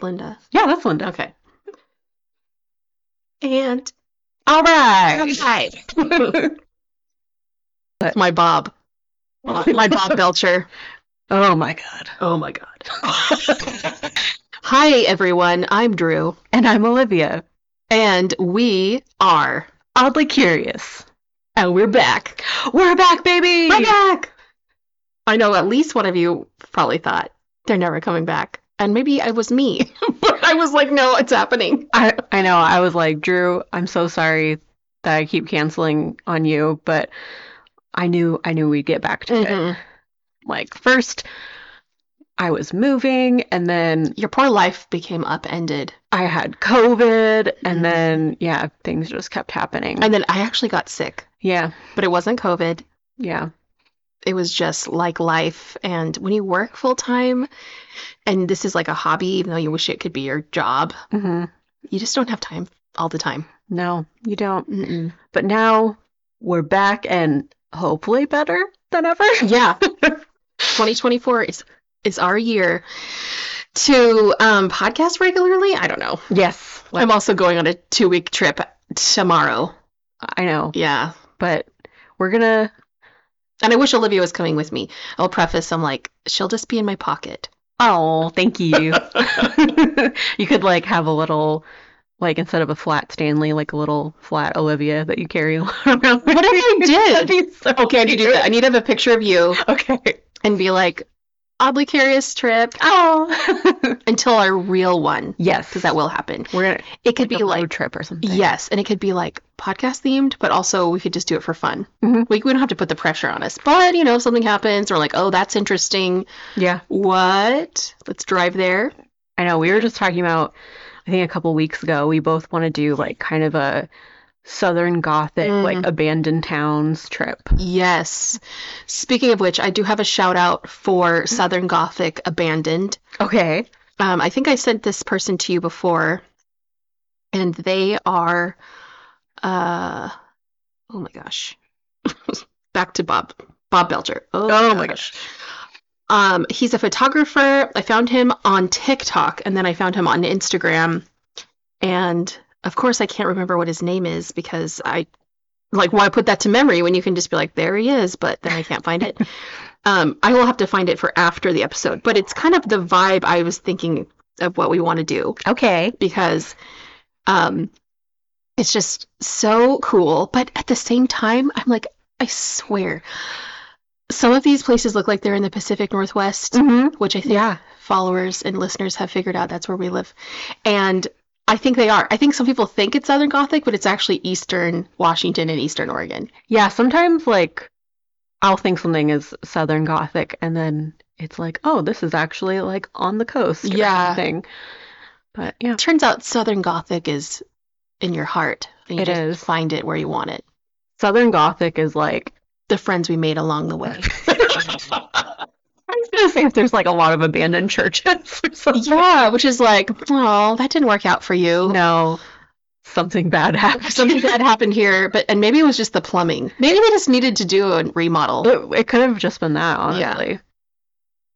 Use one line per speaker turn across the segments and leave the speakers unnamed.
Linda.
Yeah, that's Linda. Okay.
And um,
All right.
right. That's my Bob. My Bob Belcher.
oh my god.
Oh my god. Hi everyone, I'm Drew.
And I'm Olivia.
And we are
Oddly curious.
and we're back. We're back, baby!
We're back.
I know at least one of you probably thought they're never coming back. And maybe I was me. but I was like, no, it's happening.
I I know. I was like, Drew, I'm so sorry that I keep canceling on you, but I knew I knew we'd get back to it.
Mhm.
Like first I was moving and then
Your poor life became upended.
I had COVID
Mhm.
and then yeah, things just kept happening.
And then I actually got sick,
yeah.
but it wasn't COVID.
Yeah.
it was just like life and when you work full time and this is like a hobby even though you wish it could be your job
hmm
you just don't have time all the time
No, you don't. But now we're back and hopefully better than ever.
yeah 2024 is is our year to um podcast regularly i don't know
Yes.
i'm also going on a two week trip tomorrow
I know.
yeah
But we're gonna
and i wish olivia was coming with me i'll preface i'm like she'll just be in my pocket
Oh, thank you. you could like have a little like instead of a flat Stanley, like a little flat Olivia that you carry around. What if Oh,
I did? okay i need to do that i
it.
need to have a picture of you
Okay.
and be like oddly curious trip
Oh.
until our real one
yes.
because that will happen
we're gonna
it could be
like a road
like
trip or something.
yes and it could be like podcast themed but also we could just do it for fun
Mhm.
we, we don't have to put the pressure on us but you know if something happens or like oh that's interesting
Yeah.
what let's drive there
I know. We were just talking about I think a couple weeks ago, we both want to do like kind of a Southern Gothic,
Mm.
like abandoned towns trip.
yes speaking of which i do have a shout out for
Mm-hmm.
southern gothic abandoned
Okay.
um, i think i sent this person to you before and they are uh oh my gosh back to bob bob belcher oh, Um, he's a photographer. I found him on TikTok and then I found him on Instagram. And of course, I can't remember what his name is because I like why put that to memory when you can just be like, there he is, but then I can't find it. um, I will have to find it for after the episode, but it's kind of the vibe I was thinking of what we want to do
Okay.
because um it's just so cool but at the same time i'm like i swear some of these places look like they're in the pacific northwest
Mm-hmm.
which i think
Yeah.
followers and listeners have figured out that's where we live and i think they are i think some people think it's southern gothic but it's actually eastern washington and eastern oregon
Yeah, sometimes like I'll think something is Southern Gothic and then it's like, oh, this is actually like on the coast or
Yeah.
something. But yeah.
turns out southern gothic is in your heart and you
It
just
is.
find it where you want it
Southern Gothic is like
the friends we made along the way
I was gonna say if there's like a lot of abandoned churches or something.
yeah which is like oh that didn't work out for you
No. Something bad happened.
something bad happened here, but and maybe it was just the plumbing. Maybe they just needed to do a remodel.
It, it could have just been that,
Yeah.
honestly.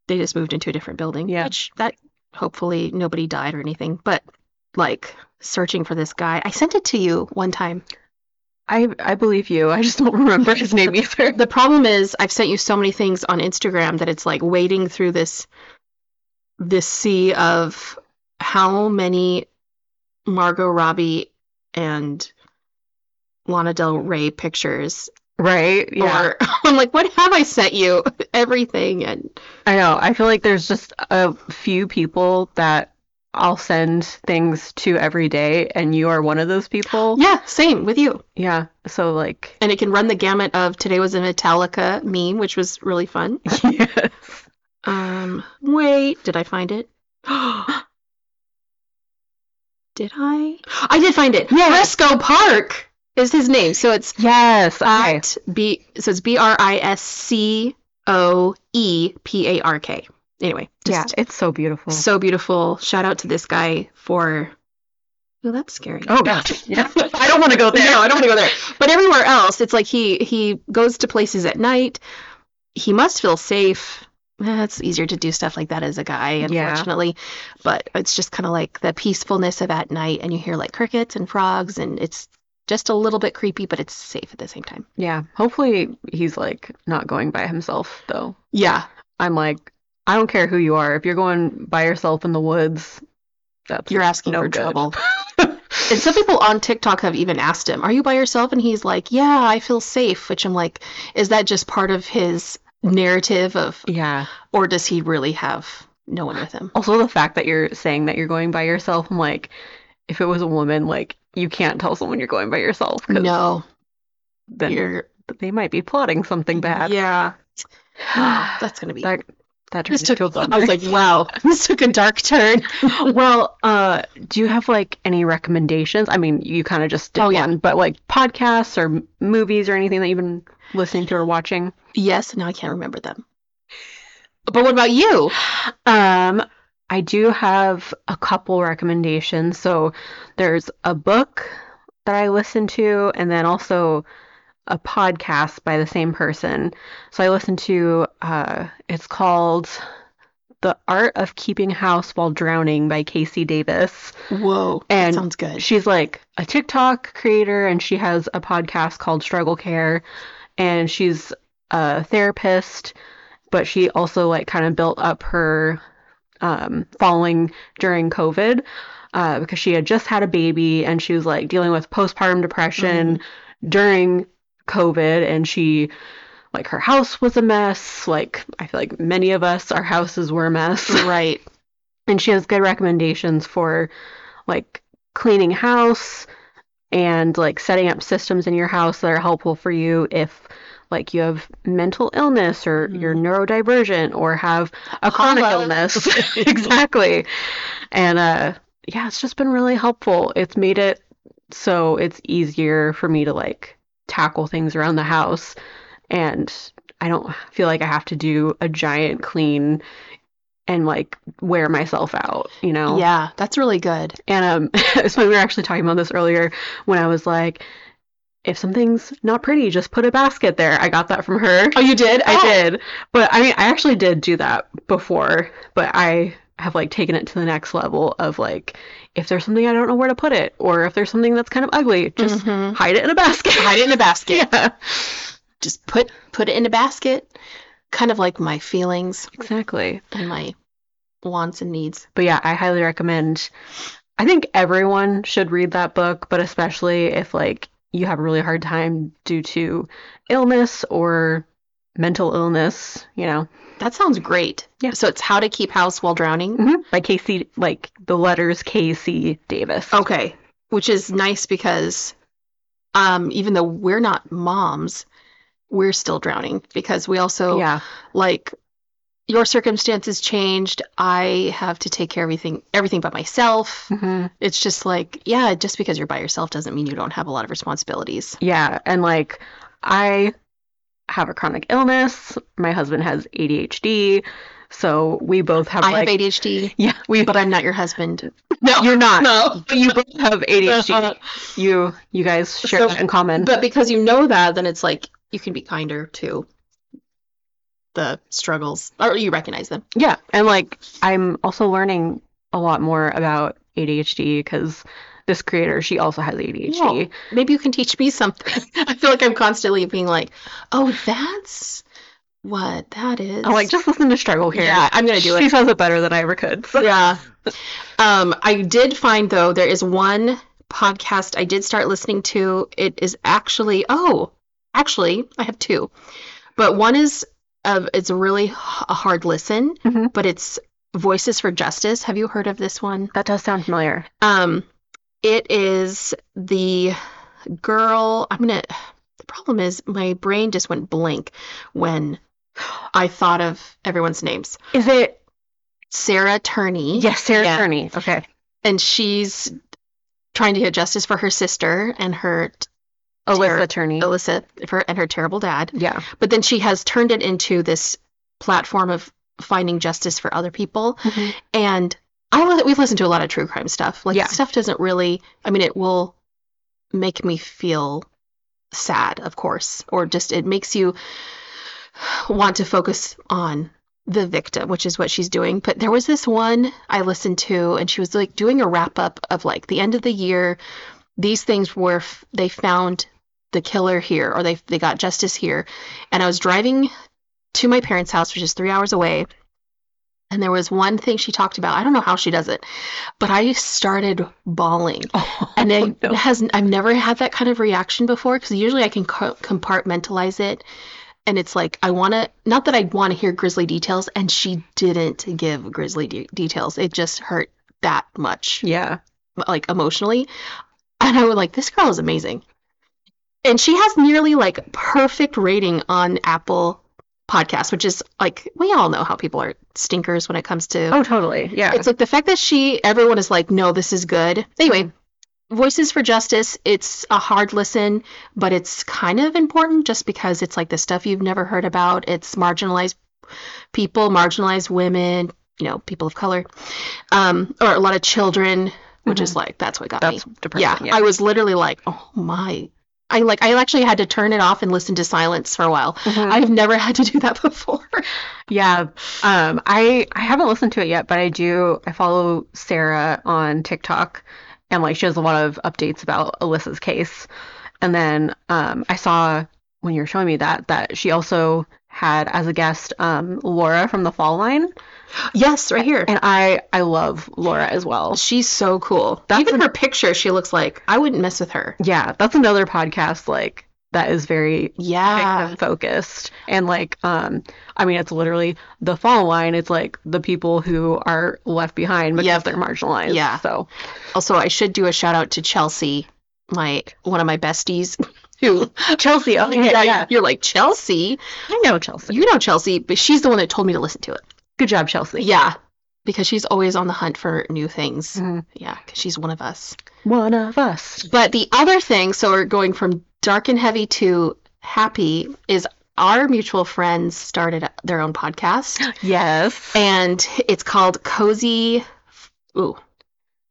They just moved into a different building.
Yeah.
Which that hopefully nobody died or anything. But like searching for this guy. I sent it to you one time.
I I believe you. I just don't remember his name either.
The problem is I've sent you so many things on Instagram that it's like wading through this this sea of how many Margot Robbie and Lana Del Rey pictures
Right? Yeah.
or I'm like, what have I sent you? Everything and
I know. I feel like there's just a few people that I'll send things to every day, and you are one of those people.
Yeah, same with you.
Yeah. So like,
And it can run the gamut of today was a Metallica meme, which was really fun.
yes.
Um, wait, did I find it? did I? I did find it.
Yeah.
Fresco Park is his name. So it's
Yes. Okay.
at B. So it's B R I S C O E P A R K. Anyway,
yeah.
just
It's so beautiful.
so beautiful. Shout out to this guy for. Oh, that's scary.
oh gosh. Yeah. I don't want to go there.
No, I don't want to go there. But everywhere else, it's like he he goes to places at night. He must feel safe. eh, it's easier to do stuff like that as a guy,
Yeah.
unfortunately. But it's just kind of like the peacefulness of at night, and you hear like crickets and frogs, and it's just a little bit creepy, but it's safe at the same time.
Yeah. Hopefully he's like not going by himself though.
Yeah,
I'm like, I don't care who you are. If you're going by yourself in the woods, that's
you're asking
no
for
good.
trouble. and some people on TikTok have even asked him, "Are you by yourself?" And he's like, "Yeah, I feel safe." Which I'm like, is that just part of his narrative of,
Yeah.
or does he really have no one with him?
Also, the fact that you're saying that you're going by yourself, I'm like, if it was a woman, like, you can't tell someone you're going by yourself because
No,
then
you're
they might be plotting something bad.
Yeah, Oh, that's gonna be.
that that turned
This
into a
took, I was
bummer.
like, wow, this took a dark turn.
well, uh, do you have like any recommendations? I mean, you kind of just did
Oh, yeah.
one, but like podcasts or m- movies or anything that you've been listening to or watching?
Yes, now I can't remember them. But what about you?
Um, I do have a couple recommendations. So there's a book that I listen to, and then also a podcast by the same person. So I listen to uh, it's called The Art of Keeping House While Drowning by Casey Davis.
Whoa,
And-
that sounds good.
She's like a TikTok creator and she has a podcast called Struggle Care and she's a therapist, but she also like kind of built up her um, following during COVID uh, because she had just had a baby and she was like dealing with postpartum depression during COVID and she like her house was a mess. Like I feel like many of us, our houses were a mess
right.
and she has good recommendations for like cleaning house and like setting up systems in your house that are helpful for you if like you have mental illness or
Mhm.
you're neurodivergent or have a chronic
Holla.
illness exactly and uh yeah it's just been really helpful it's made it so it's easier for me to like tackle things around the house and i don't feel like i have to do a giant clean and like wear myself out you know
Yeah, that's really good.
and um so we were actually talking about this earlier when i was like if something's not pretty just put a basket there i got that from her
Oh, you did?
I did. But I mean, I actually did do that before, but I have like taken it to the next level of like if there's something I don't know where to put it or if there's something that's kind of ugly, just
Just
hide it in a basket.
Mm-hmm. hide it in a basket.
yeah.
Just put put it in a basket. Kind of like my feelings
Exactly.
and my wants and needs.
But yeah, I highly recommend I think everyone should read that book, but especially if like you have a really hard time due to illness or mental illness, you know.
That sounds great.
Yeah.
So it's how to keep house while drowning.
Mhm. By Casey like the letters KC Davis.
Okay. Which is nice because um, even though we're not moms, we're still drowning because we also,
yeah.
like, your circumstances changed. I have to take care of everything, everything by myself.
Mhm.
It's just like, yeah, just because you're by yourself doesn't mean you don't have a lot of responsibilities.
Yeah, and like I have a chronic illness. My husband has ADHD, so we both have
I
like
have ADHD,
yeah, we
but I'm not your husband.
you're not.
No.
But you both have ADHD. you you guys share
So-
that in common.
But because you know that, then it's like you can be kinder to the struggles, or you recognize them.
yeah, and like I'm also learning a lot more about ADHD because this creator she also has ADHD.
maybe you can teach me something. I feel like I'm constantly being like, oh, that's what that is.
I'm Oh, like just listen to struggle here.
yeah, I'm gonna do
She
it.
says it better than I ever could. So.
yeah. Um, I did find though there is one podcast I did start listening to. It is actually oh, actually I have two, but one is of it's really h- a hard listen,
Mhm.
but it's Voices for Justice. Have you heard of this one?
That does sound familiar.
Um, it is the girl. I'm gonna. The problem is my brain just went blank when I thought of everyone's names.
Is it?
Sarah Turney,
Yes, Sarah
Yeah.
Kearney. Okay.
and she's trying to get justice for her sister and her
Alyssa
Sarah-
Turney.
Alyssa for, and her terrible dad.
Yeah.
But then she has turned it into this platform of finding justice for other people. and I li- we listen to a lot of true crime stuff. Like
Yeah.
stuff doesn't really. I mean, it will make me feel sad, of course, or just it makes you want to focus on the victim, which is what she's doing. But there was this one I listened to, and she was like doing a wrap up of like the end of the year. These things were f- they found the killer here, or they they got justice here. And I was driving to my parents' house, which is three hours away. And there was one thing she talked about. I don't know how she does it, but I started bawling.
Oh,
And
no.
it has I've never had that kind of reaction before because usually I can co- compartmentalize it, and it's like I want to not that I want to hear grisly details, and she didn't give grisly de- details. It just hurt that much,
yeah.
like emotionally, and I was like, this girl is amazing, and she has nearly like perfect rating on Apple Podcasts, which is like we all know how people are stinkers when it comes to
Oh, totally. Yeah.
it's like the fact that she, everyone is like, no, this is good. Anyway, Voices for Justice, it's a hard listen, but it's kind of important just because it's like the stuff you've never heard about. It's marginalized people, marginalized women, you know, people of color, um, or a lot of children, which is like, Mm-hmm. that's what got me.
That's
Yeah,
depressing.
I was literally like, oh my. I like I actually had to turn it off and listen to silence for a while.
Mhm.
I've never had to do that before.
Yeah, um, I I haven't listened to it yet, but I do. I follow Sarah on TikTok, and like she has a lot of updates about Alyssa's case. And then um, I saw when you were showing me that that she also had as a guest um, Laura from the Fall Line,
yes, right here.
and I I love Laura as well.
She's so cool.
That's
Even
an-
her picture, she looks like I wouldn't mess with her.
Yeah, that's another podcast like that is very
Yeah.
victim focused and like um i mean it's literally the fall line it's like the people who are left behind because
Yep.
they're marginalized
Yeah.
so
Also, I should do a shout out to Chelsea, my one of my besties. Who?
chelsea oh yeah, yeah.
You're like Chelsea.
i know chelsea
You know Chelsea, but she's the one that told me to listen to it.
good job chelsea
Yeah, Mm. because she's always on the hunt for new things.
Mhm.
Yeah, because she's one of us.
one of us
But the other thing, so we're going from dark and heavy to happy, is our mutual friends started their own podcast.
yes
and it's called Cozy. Ooh,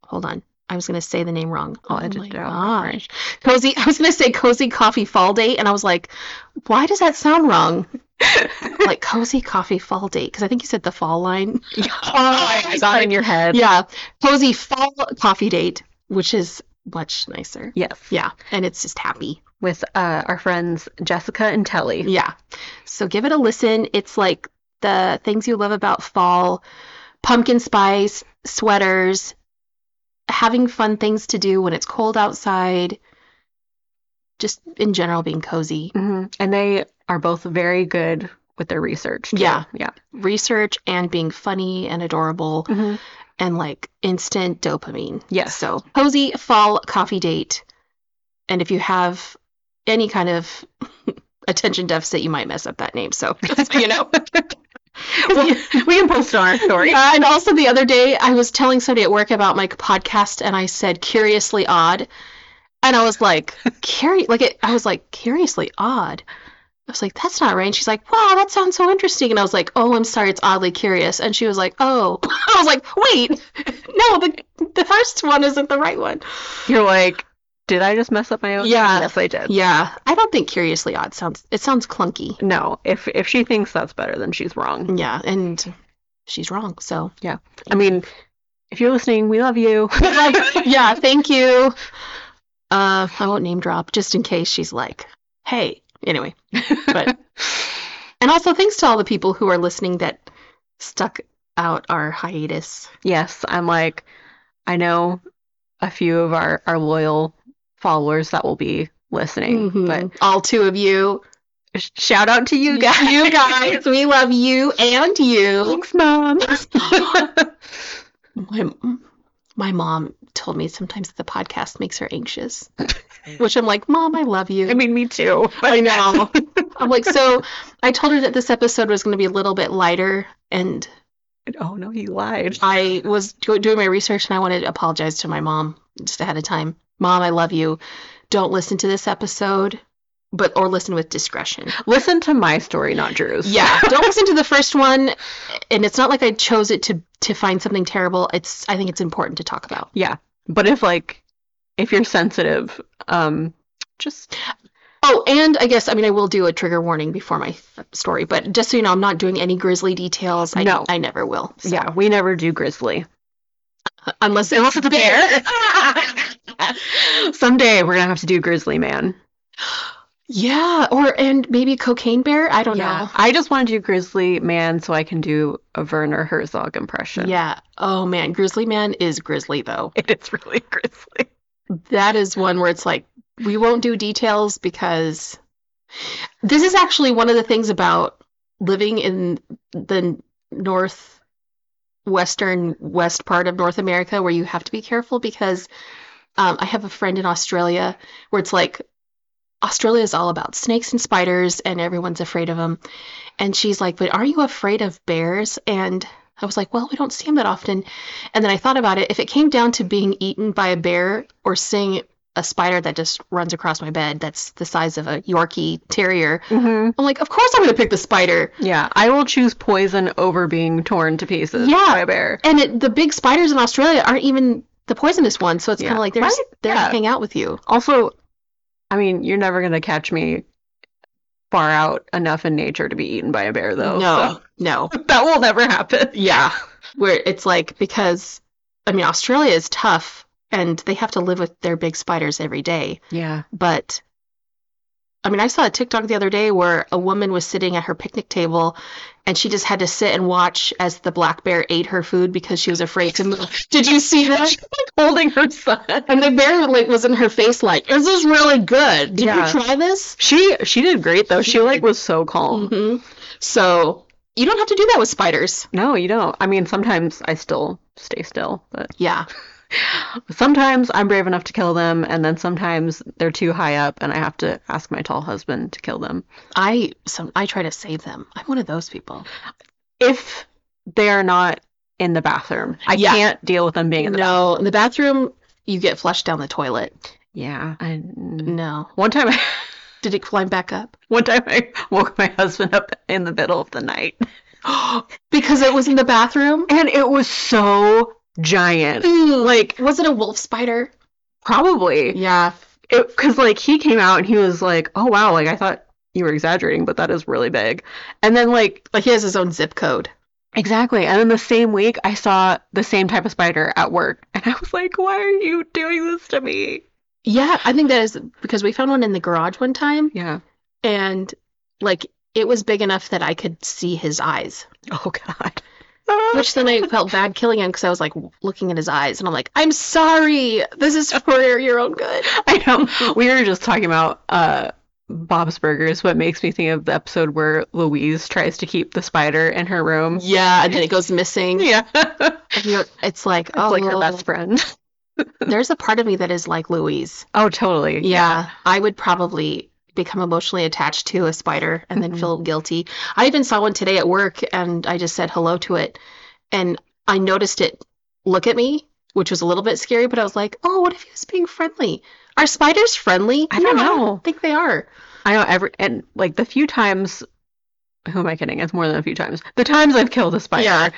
hold on. I was gonna say the name wrong.
I'll
oh
edit
my
it out, don't worry.
gosh, cozy. I was gonna say cozy coffee fall date, and I was like, why does that sound wrong? like cozy coffee fall date, because I think you said the fall line.
oh my god in your head
Yeah, cozy fall coffee date, which is much nicer.
yes
Yeah, and it's just happy.
with uh our friends jessica and telly
Yeah. So give it a listen. It's like the things you love about fall pumpkin spice, sweaters, having fun things to do when it's cold outside, just in general being cozy.
hmm and they are both very good with their research too.
Yeah.
yeah
Research and being funny and adorable
mm-hmm.
and like instant dopamine.
Yes.
So cozy fall coffee date. And if you have any kind of attention deficit, you might mess up that name. So just so you know.
we can post it on our story
Yeah, and also the other day, I was telling somebody at work about my podcast, and I said curiously odd, and I was like, curi- like it, I was like curiously odd. I was like, that's not right. And she's like, wow, that sounds so interesting. And I was like, oh, I'm sorry, it's oddly curious. And she was like, oh, I was like, wait, no, the the first one isn't the right one.
You're like, did I just mess up my own?
Yeah.
Yes, I did.
Yeah, I don't think curiously odd sounds. It sounds clunky.
No, if if she thinks that's better, then she's wrong.
Yeah, and she's wrong. So
I mean, if you're listening, we love you.
yeah, thank you. Uh, I won't name drop just in case she's like, hey, anyway. But and also thanks to all the people who are listening that stuck out our hiatus.
yes, I'm like, I know a few of our our loyal followers that will be listening, but
But all two of you,
sh- shout out to you guys.
Mm-hmm. you guys, we love you and you.
Thanks, mom.
My my mom told me sometimes the podcast makes her anxious, which I'm like, mom, I love you.
I mean, me too.
I know. I'm like, so I told her that this episode was going to be a little bit lighter, and
oh no, you lied.
I was do- doing my research, and I wanted to apologize to my mom just ahead of time. Mom, I love you. Don't listen to this episode, but or listen with discretion.
Listen to my story, not Drew's.
Yeah, don't listen to the first one, and it's not like I chose it to to find something terrible. It's I think it's important to talk about.
But if like if you're sensitive, um just
Oh, and I guess I mean I will do a trigger warning before my th- story, but just so you know, I'm not doing any grisly details. I
No.
I never will. So-
Yeah, we never do grizzly.
unless unless it's a bear.
Someday we're gonna have to do grizzly man.
yeah, or and maybe cocaine bear. I don't
I just want to do grizzly man so I can do a Werner Herzog
know.
impression.
Yeah. Oh man, Grizzly Man is grizzly though.
it's really grizzly.
That is one where it's like we won't do details because this is actually one of the things about living in the north western west part of North America where you have to be careful because um, I have a friend in Australia where it's like Australia is all about snakes and spiders and everyone's afraid of them and she's like but are you afraid of bears and I was like well we don't see them that often and then I thought about it. If it came down to being eaten by a bear or seeing a spider that just runs across my bed that's the size of a Yorkie terrier,
hmm
I'm like, of course I'm going to pick the spider.
Yeah, I will choose poison over being torn to pieces
Yeah.
by a bear.
And it, the big spiders in Australia aren't even the poisonous ones. So it's kind
Yeah.
of like they're, just
Right?
they're
Yeah.
to hang out with you.
Also, I mean, you're never gonna catch me far out enough in nature to be eaten by a bear, though.
no, no.
so that will never happen.
Yeah. Where it's like, because, I mean, Australia is tough and they have to live with their big spiders every day.
Yeah.
but I mean, I saw a TikTok the other day where a woman was sitting at her picnic table and she just had to sit and watch as the black bear ate her food because she was afraid to move. Did you see that?
Holding her son.
And the bear like was in her face like, "Is this really good? Did
Yeah.
you try this?"
She she did great though. She like was so calm.
hmm So, you don't have to do that with spiders.
No, you don't. I mean, sometimes I still stay still, but
Yeah.
sometimes I'm brave enough to kill them, and then sometimes they're too high up, and I have to ask my tall husband to kill them.
I some I try to save them. I'm one of those people.
If they are not in the bathroom, I
Yeah.
can't deal with them being in the bathroom.
No, in the bathroom you get flushed down the toilet.
Yeah. I, mm.
No.
one time, I,
Did it climb back up?
one time I woke my husband up in the middle of the night,
because it was in the bathroom?
and it was so giant.
like was it a wolf spider
Probably
yeah
because like he came out and he was like, "Oh wow!" Like I thought you were exaggerating, but that is really big. And then like
like he has his own zip code
exactly. And then the same week, I saw the same type of spider at work, and I was like, "Why are you doing this to me?"
yeah i think that is because we found one in the garage one time
Yeah.
and like it was big enough that i could see his eyes
Oh god. Ah.
which then i felt bad killing him because i was like looking at his eyes and i'm like i'm sorry this is for your own good
I know. We were just talking about uh Bob's Burgers, what makes me think of the episode where Louise tries to keep the spider in her room.
yeah and then it goes missing
Yeah. it's
And you're- it's like oh
like her best friend.
there's a part of me that is like louise
Oh, totally.
Yeah, I would probably become emotionally attached to a spider and then
Mhm.
feel guilty. I even saw one today at work and I just said hello to it and I noticed it look at me, which was a little bit scary, but I was like, "Oh, what if he was being friendly? Are spiders friendly?"
I don't
No, I
know.
don't think they are.
I know every and like the few times who am I kidding? It's more than a few times. The times I've killed a spider,
Yeah.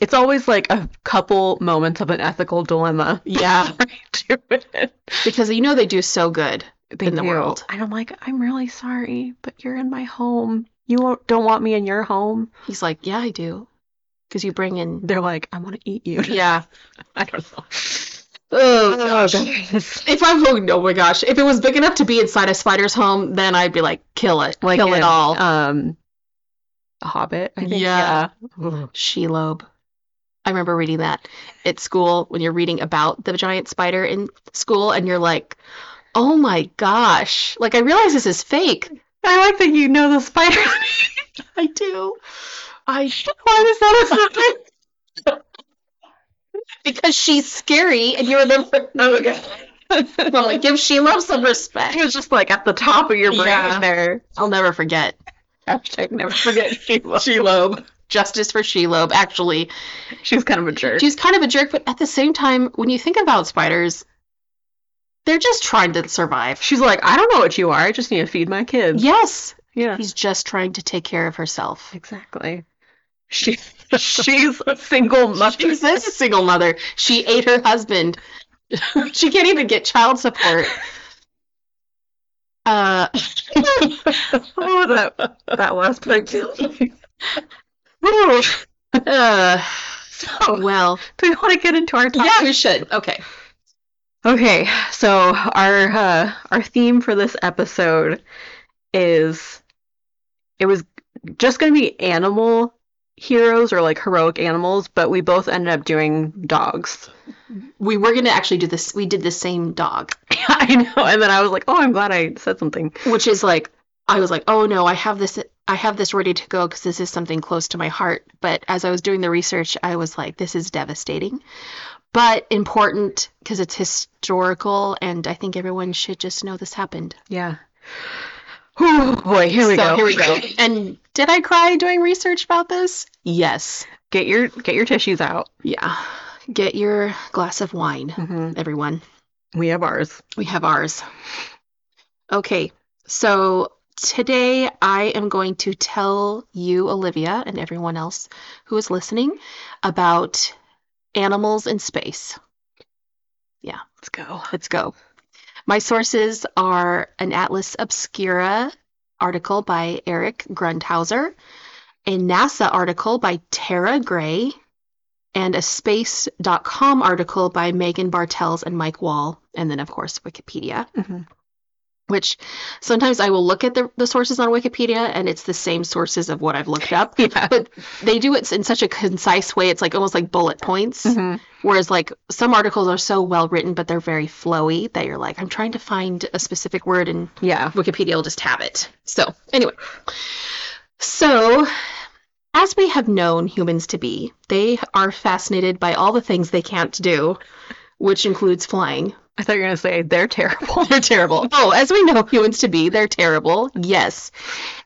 it's always like a couple moments of an ethical dilemma.
Yeah,
to it.
because you know they do so good.
They
In the
do.
world.
And I'm like, I'm really sorry, but you're in my home. You won't, don't want me in your home.
He's like, "Yeah, I do." Cuz you bring in
They're like, I want to eat you.
Yeah.
I don't know.
Oh,
Oh,
gosh. If I oh, oh my gosh, if it was big enough to be inside a spider's home, then I'd be like, kill it,
like
kill
in,
it all.
Um, Hobbit. I think.
Yeah.
Yeah.
Shelob. I remember reading that at school when you're reading about the giant spider in school and you're like, oh my gosh. Like, I realize this is fake.
I like that you know the spider.
I do. I
Why is that a sign?
because she's scary and you remember. Oh, God. I'm like, give Shelob some respect.
It was just like at the top of your brain
Yeah.
there.
I'll never forget.
Hashtag never forget Sheila.
Shelob. Justice for Shelob. Actually,
She's kind of a jerk.
she's kind of a jerk, but at the same time, when you think about spiders, they're just trying to survive.
She's like, I don't know what you are. I just need to feed my kids.
Yes.
Yeah.
She's just trying to take care of herself.
Exactly. She, she's a single mother.
She's a single mother. She ate her husband. she can't even get child support. Uh,
oh, that that was pigtail.
uh,
so,
well,
do we want to get into our topic?
yeah, we should. Okay.
Okay, so our uh, our theme for this episode is it was just going to be animal heroes or like heroic animals, but we both ended up doing dogs.
We were going to actually do this. We did the same dog,
I know, and then I was like, oh, I'm glad I said something.
which is like, I was like, oh no, I have this. I have this ready to go because this is something close to my heart. But as I was doing the research, I was like, this is devastating, but important because it's historical. And I think everyone should just know this happened.
Yeah. Oh boy, here we
So
go.
Here we go. And did I cry doing research about this? Yes.
Get your get your tissues out.
Yeah. Get your glass of wine,
hmm
everyone.
We have ours.
We have ours. Okay. So today I am going to tell you, Olivia, and everyone else who is listening about animals in space.
Let's go.
Let's go. My sources are an Atlas Obscura article by Eric Grundhauser, a NASA article by Tara Gray, and a space.com article by Megan Bartels and Mike Wall, and then, of course, Wikipedia,
Mhm.
which sometimes I will look at the, the sources on Wikipedia and it's the same sources of what I've looked up.
Yeah.
But they do it in such a concise way, it's like almost like bullet points.
Mhm.
Whereas, like, some articles are so well written, but they're very flowy that you're like, I'm trying to find a specific word, and
Yeah.
Wikipedia will just have it. So, anyway. So, as we have known humans to be, they are fascinated by all the things they can't do, which includes flying.
I thought you were gonna say they're terrible.
They're terrible. Oh, as we know humans to be, they're terrible. Yes.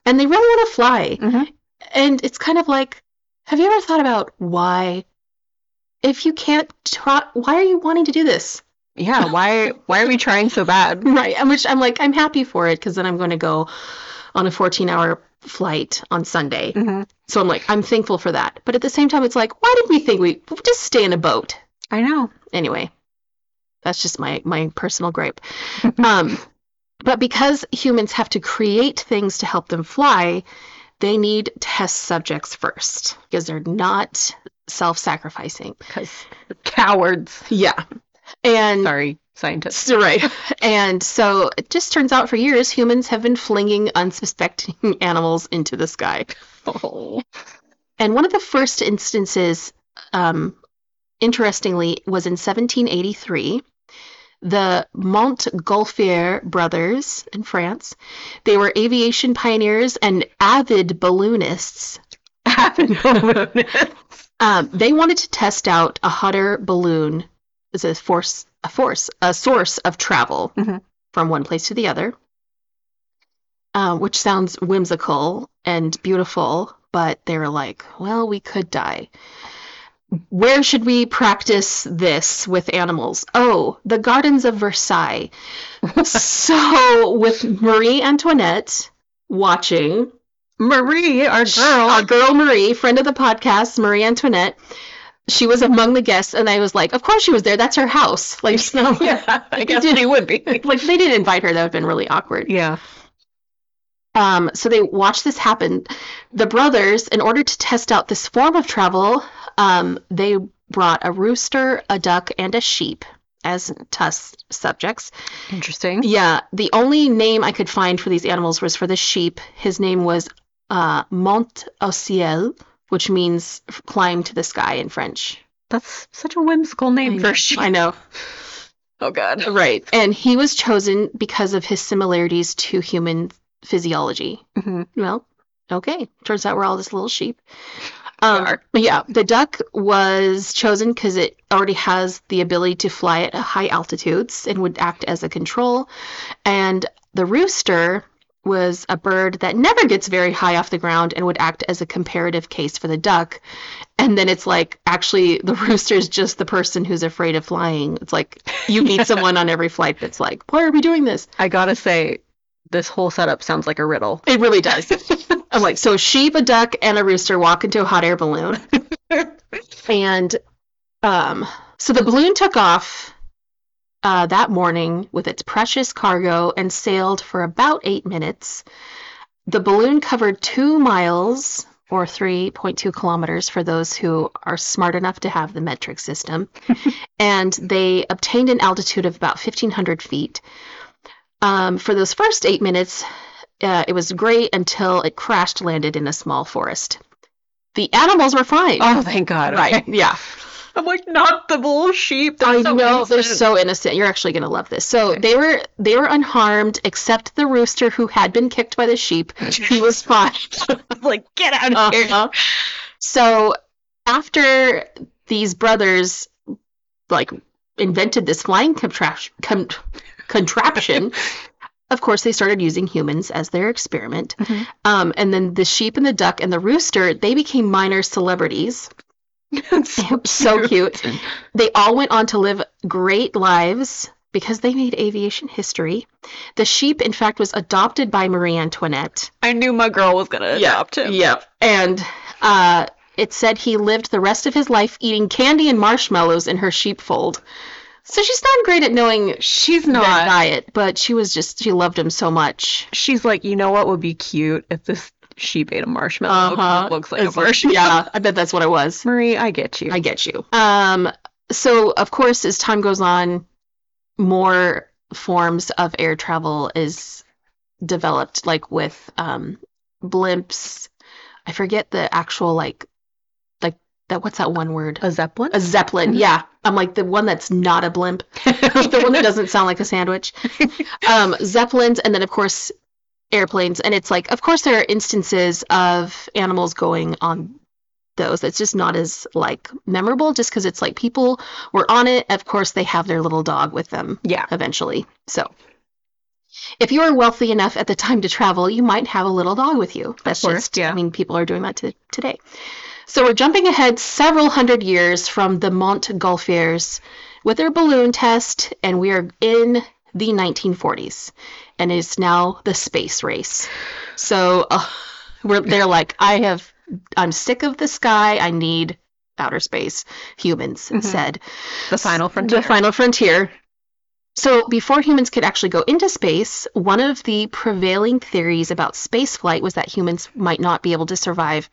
And they really want to fly.
Mhm.
And it's kind of like, have you ever thought about why? If you can't, try, why are you wanting to do this?
Yeah. Why why are we trying so bad?
Right. And which I'm like, I'm happy for it because then I'm going to go on a 14 hour flight on Sunday.
Mhm.
So I'm like, I'm thankful for that. But at the same time, it's like, why did we think we just stay in a boat?
I know.
Anyway, that's just my, my personal gripe. um, but because humans have to create things to help them fly, they need test subjects first because they're not self sacrificing.
Because cowards.
Yeah. And
Sorry, scientists.
So, right. And so it just turns out for years humans have been flinging unsuspecting animals into the sky.
Oh.
And one of the first instances, um, interestingly, was in 1783. The Montgolfier brothers in France. They were aviation pioneers and avid balloonists. Um, they wanted to test out a Hutter balloon as a force, a force, a source of travel
Mhm.
from one place to the other, um, which sounds whimsical and beautiful. But they were like, "Well, we could die. Where should we practice this with animals? Oh, the gardens of Versailles." so, with Marie Antoinette watching,
Marie, our
our
girl.
girl Marie, friend of the podcast, Marie Antoinette. She was among the guests, and I was like, "Of course she was there. That's her house." Like, so,
yeah, I guess
did.
he would be.
like they didn't invite her. That would have been really awkward.
Yeah.
Um, so they watched this happen. The brothers, in order to test out this form of travel, um, they brought a rooster, a duck, and a sheep as test subjects.
Interesting.
Yeah, the only name I could find for these animals was for the sheep. His name was uh, Mont au Ciel, which means f- climb to the sky in French.
That's such a whimsical name for sure.
I know,
Oh god.
right? And he was chosen because of his similarities to human physiology.
Mhm.
Well, okay. Turns out we're all just little sheep. Um,
are.
but Yeah, the duck was chosen because it already has the ability to fly at high altitudes and would act as a control. And the rooster was a bird that never gets very high off the ground and would act as a comparative case for the duck. And then it's like, actually, the rooster is just the person who's afraid of flying. It's like, you meet someone on every flight that's like, why are we doing this?
I gotta say, this whole setup sounds like a riddle.
It really does. I'm like, so a sheep, a duck, and a rooster walk into a hot air balloon. and um, so the balloon took off uh, that morning with its precious cargo and sailed for about eight minutes. The balloon covered two miles or 3.2 kilometers for those who are smart enough to have the metric system. and they obtained an altitude of about 1,500 feet. Um, for those first eight minutes, uh, it was great until it crashed landed in a small forest. The animals were fine.
Oh, thank God. okay.
right. Yeah.
I'm like, not the bull sheep. They're
I
so
know they're
innocent.
so innocent. You're actually going to love this. So
Okay.
they were they were unharmed except the rooster who had been kicked by the sheep. He was fine.
like, get out of here.
Uh-huh. So after these brothers like invented this flying contraption, con- contraption of course they started using humans as their experiment.
Mhm.
Um, and then the sheep and the duck and the rooster they became minor celebrities.
It's so
So cute. They all went on to live great lives because they made aviation history. The sheep, in fact, was adopted by Marie Antoinette.
I knew my girl was gonna
Yeah,
adopt him.
Yep. And uh, it said he lived the rest of his life eating candy and marshmallows in her sheepfold. So she's not great at knowing
She's
their
not.
diet, but she was just she loved him so much.
She's like, you know what would be cute if this sheep ate a marshmallow? 'cause
Uh-huh.
It looks like
It's
a
like-
marshmallow.
Yeah, I bet that's what it was.
Marie, I get you.
I get you. Um, so of course, as time goes on, more forms of air travel is developed, like with um, blimps. I forget the actual like, like that. What's that one word?
a zeppelin.
A zeppelin. Yeah, I'm like the one that's not a blimp, the one that doesn't sound like a sandwich. Um, zeppelins, and then of course airplanes. And it's like, of course, there are instances of animals going on those. It's just not as like memorable, just because it's like people were on it. Of course, they have their little dog with them
yeah.
eventually. So. If you are wealthy enough at the time to travel, you might have a little dog with you. That's
course,
just,
yeah.
I mean, people are doing that to, today. So we're jumping ahead several hundred years from the Montgolfiers with their balloon test, and we are in the 1940s, and it's now the space race. So uh, we're, they're like, I have, I'm sick of the sky. I need outer space. Humans
Mhm.
said.
The final frontier.
The final frontier. So, before humans could actually go into space, one of the prevailing theories about spaceflight was that humans might not be able to survive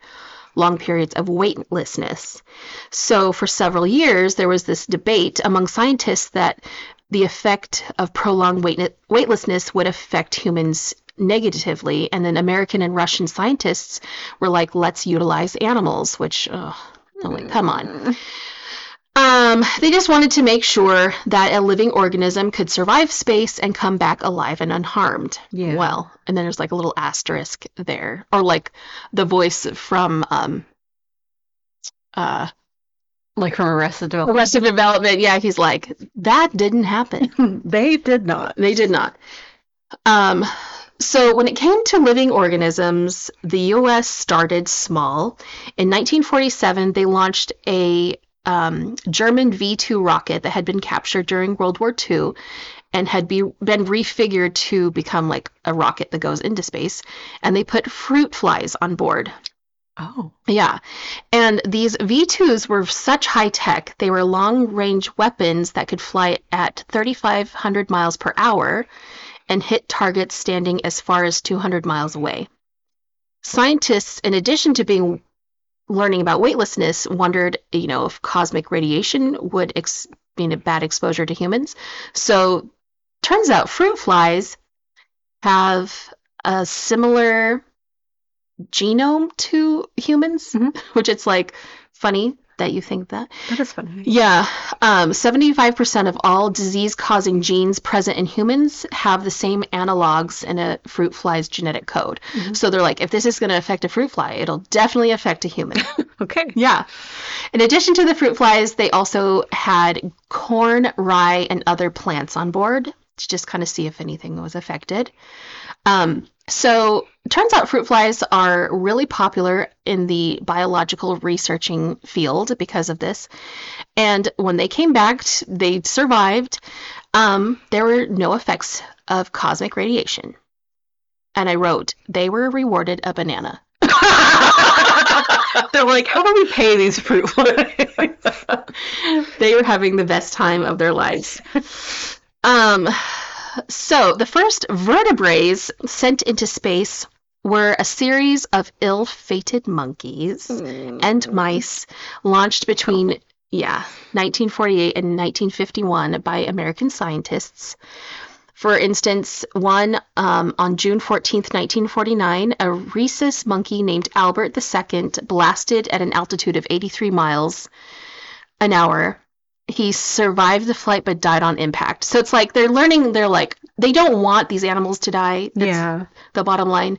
long periods of weightlessness. So, for several years, there was this debate among scientists that the effect of prolonged weight- weightlessness would affect humans negatively. And then American and Russian scientists were like, let's utilize animals, which, uh, ugh, I'm like, come on. Um, they just wanted to make sure that a living organism could survive space and come back alive and unharmed.
Yeah.
Well, and then there's like a little asterisk there, or like the voice from um, uh,
like from Arrested Development.
Arrested Development. Yeah, he's like, that didn't happen.
they did not.
They did not. Um, so when it came to living organisms, the U.S. started small. In 1947, they launched a um, German V-2 rocket that had been captured during World War II and had be, been refigured to become like a rocket that goes into space. And they put fruit flies on board.
Oh.
Yeah. And these V2s were such high tech. They were long range weapons that could fly at 3,500 miles per hour and hit targets standing as far as 200 miles away. Scientists, in addition to being learning about weightlessness, wondered, you know, if cosmic radiation would ex- mean a bad exposure to humans. So, turns out fruit flies have a similar genome to humans,
Mhm.
which it's like funny that you think that.
That is Oh, funny.
Yeah, um, 75% of all disease causing genes present in humans have the same analogs in a fruit fly's genetic code.
Mhm.
So they're like, if this is going to affect a fruit fly, it'll definitely affect a human.
Okay.
yeah. In addition to the fruit flies, they also had corn, rye, and other plants on board to just kind of see if anything was affected. Um, so, turns out fruit flies are really popular in the biological researching field because of this. And when they came back, t- they survived. Um, there were no effects of cosmic radiation. And I wrote, they were rewarded a banana.
They're like, how do we pay these fruit flies?
they were having the best time of their lives. Um, so the first vertebrates sent into space were a series of ill-fated monkeys Mm-hmm. and mice launched between yeah 1948 and 1951 by American scientists. For instance, one um, on June 14, 1949, a rhesus monkey named Albert II blasted at an altitude of 83 miles an hour. He survived the flight but died on impact. So it's like they're learning, they're like, they don't want these animals to die. That's
yeah.
the bottom line.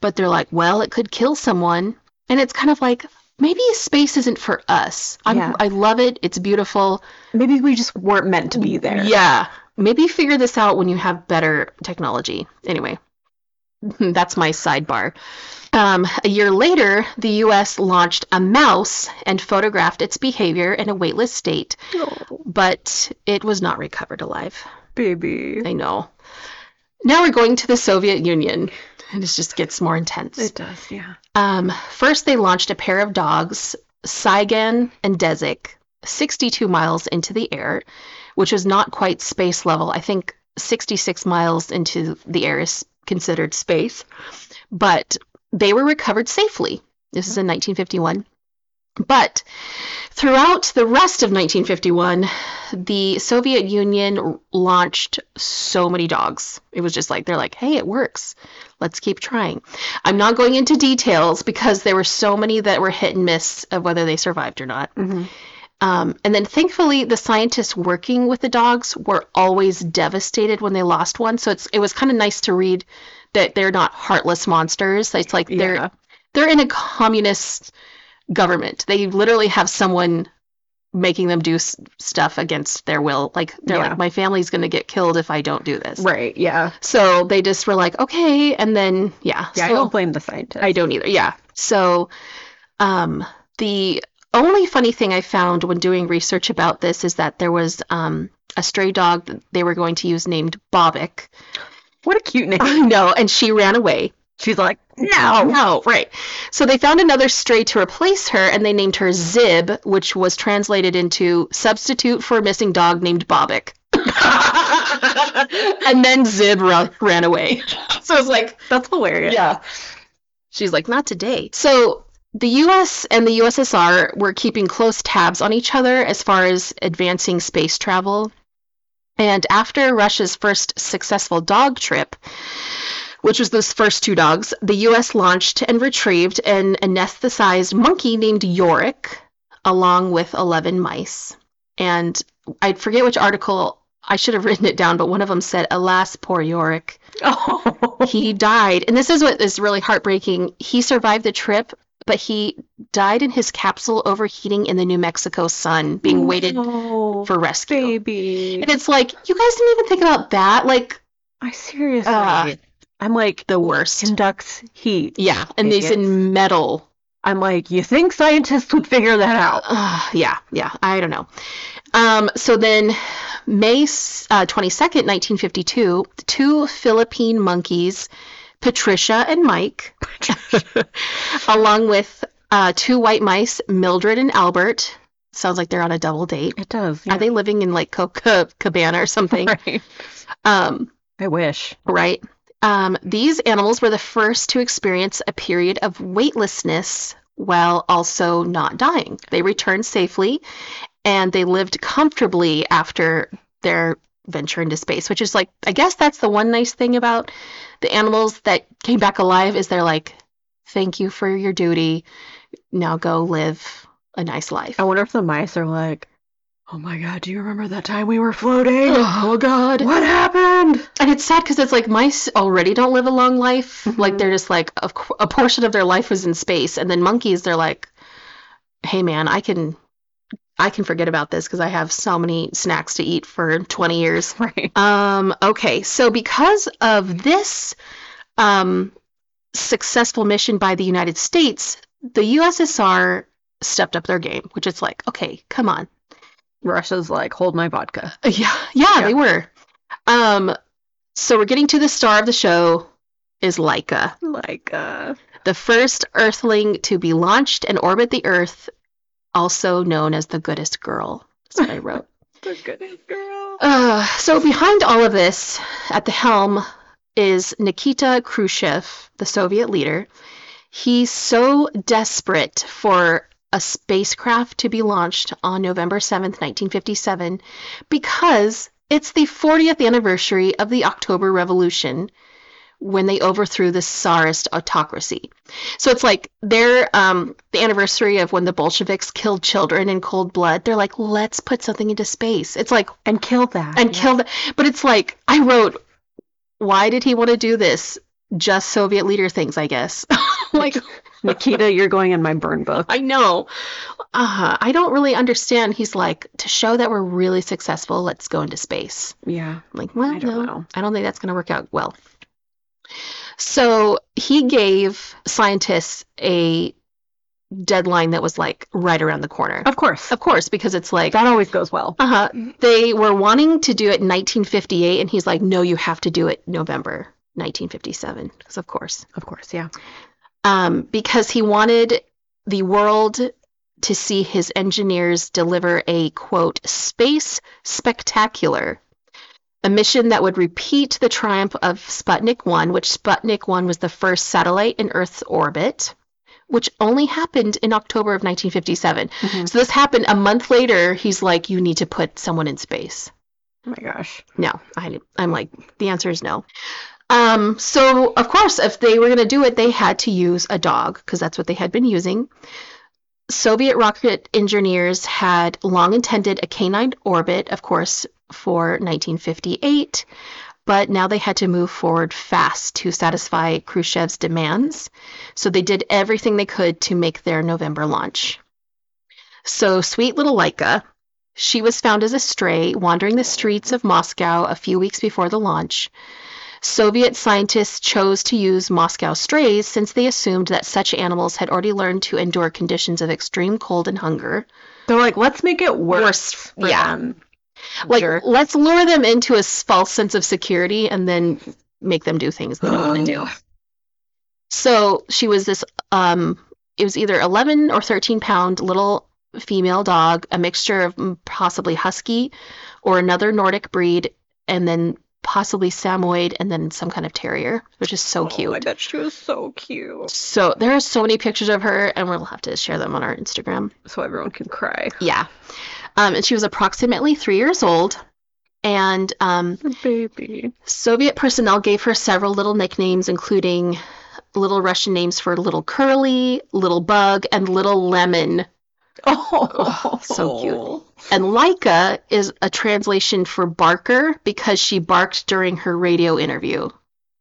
But they're like, well, it could kill someone. And it's kind of like, maybe space isn't for us. I'm,
Yeah.
I love it. It's beautiful.
Maybe we just weren't meant to be there.
Yeah. Maybe figure this out when you have better technology. Anyway, that's my sidebar. Um, a year later, the US launched a mouse and photographed its behavior in a weightless state,
Oh,
but it was not recovered alive.
baby.
I know. Now we're going to the Soviet Union, and it just gets more intense.
It does, yeah.
Um, first, they launched a pair of dogs, Saigon and Desik, 62 miles into the air, which is not quite space level. I think 66 miles into the air is considered space, but they were recovered safely. This is in 1951. But throughout the rest of 1951, the Soviet Union launched so many dogs. It was just like, they're like, hey, it works. Let's keep trying. I'm not going into details because there were so many that were hit and miss of whether they survived or not.
Mm-hmm.
Um, and then thankfully, the scientists working with the dogs were always devastated when they lost one. So it's it was kind of nice to read that they're not heartless monsters. It's like they're
Yeah.
they're in a communist government. They literally have someone making them do s- stuff against their will. Like they're
Yeah.
like, my family's going to get killed if I don't do this.
Right, yeah.
So they just were like, okay, and then yeah.
Yeah, I
so-
don't blame the scientist.
I don't either. Yeah. So, um, the only funny thing I found when doing research about this is that there was um, a stray dog that they were going to use named Bobbick.
What a cute name.
I know, and she ran away.
She's like, no.
no, right. So they found another stray to replace her, and they named her Zib, which was translated into substitute for a missing dog named Bobbick. And then Zib ra- ran away. So it's like,
That's hilarious.
yeah. She's like, not today. So the US and the USSR were keeping close tabs on each other as far as advancing space travel. And after Russia's first successful dog trip, which was those first two dogs, the US launched and retrieved an anesthetized monkey named Yorick, along with 11 mice. And I forget which article, I should have written it down, but one of them said, Alas, poor Yorick
Oh.
he died and this is what is really heartbreaking he survived the trip but he died in his capsule overheating in the new mexico sun being waited
No,
for rescue
Oh, baby.
and it's like you guys didn't even think about that like
I seriously.
Ah.
I'm like,
the worst
conducts heat.
yeah and he's
Idiots.
in metal
I'm like, you think scientists would figure that out?
Ugh, yeah yeah i don't know um, so then may s- uh, 22nd 1952 two philippine monkeys patricia and mike along with uh, two white mice, Mildred and Albert. Sounds like they're on a double date.
It does.
Are they living in like Coca Cabana or something?
Right.
Um,
I wish.
right. Um, these animals were the first to experience a period of weightlessness while also not dying. They returned safely and they lived comfortably after their venture into space, which is like, I guess that's the one nice thing about the animals that came back alive is they're like, thank you for your duty. Now go live a nice life.
I wonder if the mice are like, oh my god, do you remember that time we were floating?
Oh, God.
What happened?
And it's sad because it's like mice already don't live a long life.
Mhm.
Like they're just like a, qu- a portion of their life was in space, and then monkeys they're like, "Hey man, I can, I can forget about this because I have so many snacks to eat for 20 years."
Right.
Um, okay, so because of this um, successful mission by the United States, the USSR stepped up their game, which it's like, okay, come on.
Russia's like, hold my vodka.
Uh, Yeah, yeah,
Yeah.
they were. Um, so we're getting to the star of the show is Laika,
Like, uh,
the first Earthling to be launched and orbit the Earth, also known as the Goodest Girl. That's what I wrote.
the goodness girl.
Uh, so behind all of this, at the helm, is Nikita Khrushchev, the Soviet leader. He's so desperate for a spacecraft to be launched on November 7th, 1957, because it's the 40th anniversary of the October Revolution when they overthrew the Tsarist autocracy. So it's like they're um, the anniversary of when the Bolsheviks killed children in cold blood. They're like, let's put something into space. It's like,
And kill that.
and
yeah.
kill the but it's like i wrote why did he want to do this just soviet leader things i guess like
Nikita, you're going in my burn book.
i know uh, i don't really understand he's like to show that we're really successful let's go into space
Yeah.
I'm like well
I don't
no
know.
i don't think that's going to work out well so he gave scientists a deadline that was like right around the corner
Of course.
of course because it's like
That always goes well.
uh-huh. They were wanting to do it in 1958, and he's like, no, you have to do it November 1957, because of course.
Of course, yeah.
Um, because he wanted the world to see his engineers deliver a, quote, space spectacular, a mission that would repeat the triumph of Sputnik 1, which Sputnik 1 was the first satellite in Earth's orbit, which only happened in October of 1957.
Mm-hmm.
So this happened a month later. He's like, you need to put someone in space.
Oh my gosh.
No, I, I'm like, the answer is no. Um, so of course, if they were going to do it, they had to use a dog because that's what they had been using. Soviet rocket engineers had long intended a canine orbit, of course, for 1958, but now they had to move forward fast to satisfy Khrushchev's demands. So they did everything they could to make their November launch. So, sweet little Laika, she was found as a stray wandering the streets of Moscow a few weeks before the launch. Soviet scientists chose to use Moscow strays since they assumed that such animals had already learned to endure conditions of extreme cold and hunger.
They're like, let's make it worse. For
yeah.
Them.
Like,
Jerk.
let's lure them into a s- false sense of security and then make them do things they don't want to do. So she was this, um, it was either 11 or 13 pound little female dog, a mixture of mm, possibly husky or another Nordic breed, and then possibly Samoyed, and then some kind of terrier, which is so
I
cute.
bet Oh, she was so cute.
So there are so many pictures of her, and we'll have to share them on our Instagram.
So everyone can cry.
Yeah. Um, and she was approximately three years old. And um,
Baby.
Soviet personnel gave her several little nicknames, including little Russian names for Little Curly, Little Bug, and Little Lemon.
Oh,
so cute. And Laika is a translation for barker because she barked during her radio interview.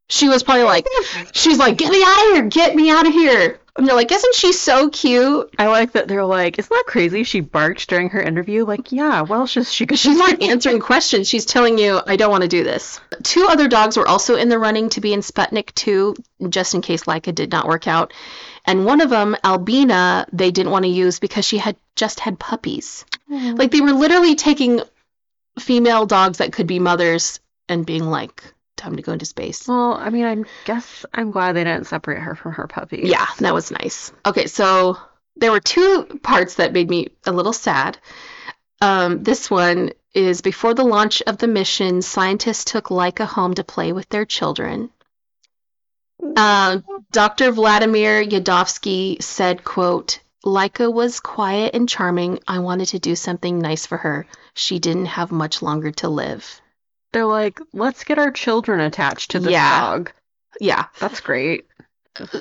She was probably like, she's like, get me out of here, get me out of here. And they're like, isn't she so cute?
I like that they're like, isn't that crazy? She barked during her interview. Like, yeah, well, she's she could.
She's not answering questions. She's telling you, I don't want to do this. Two other dogs were also in the running to be in Sputnik 2, just in case Laika did not work out. And one of them, Albina, they didn't want to use because she had just had puppies. Like they were literally taking female dogs that could be mothers and being like, time to go into space.
well, I mean, I guess I'm glad they didn't separate her from her puppy.
Yeah, that was nice. Okay, so there were two parts that made me a little sad. Um, this one is before the launch of the mission, scientists took Laika home to play with their children. Uh, Dr. Vladimir Yudovsky said, quote, Laika was quiet and charming. I wanted to do something nice for her. She didn't have much longer to live.
They're like, let's get our children attached to this
Yeah.
dog.
Yeah,
That's great.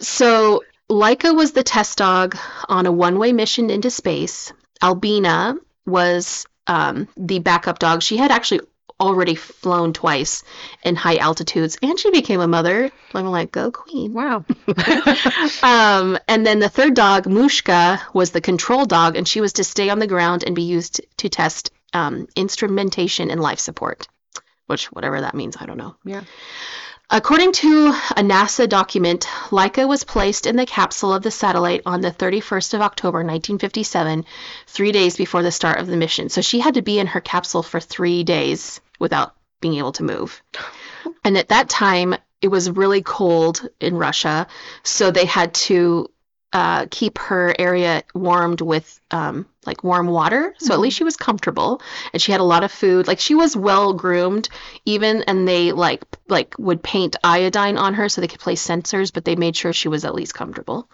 So Laika was the test dog on a one-way mission into space. Albina was um, the backup dog. She had actually already flown twice in high altitudes, and she became a mother. I'm like, go queen.
Wow.
Um, and then the third dog, Mushka, was the control dog, and she was to stay on the ground and be used to test um, instrumentation and life support, which, whatever that means, I don't know.
Yeah.
According to a NASA document, Laika was placed in the capsule of the satellite on the 31st of October 1957, three days before the start of the mission. So she had to be in her capsule for three days without being able to move. And at that time, it was really cold in Russia, so they had to uh, keep her area warmed with um, like warm water. So at least she was comfortable, and she had a lot of food. Like she was well groomed, even, and they like p- like would paint iodine on her so they could place sensors, but they made sure she was at least comfortable.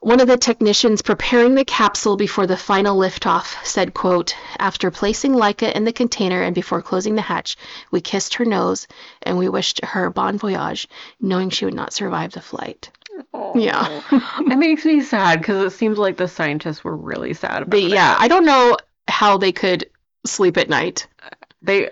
One of the technicians preparing the capsule before the final liftoff said, quote, After placing Laika in the container and before closing the hatch, we kissed her nose and we wished her bon voyage, knowing she would not survive the flight. Yeah.
Oh. it makes me sad because it seems like the scientists were really sad about
But
it.
yeah, I don't know how they could sleep at night.
They,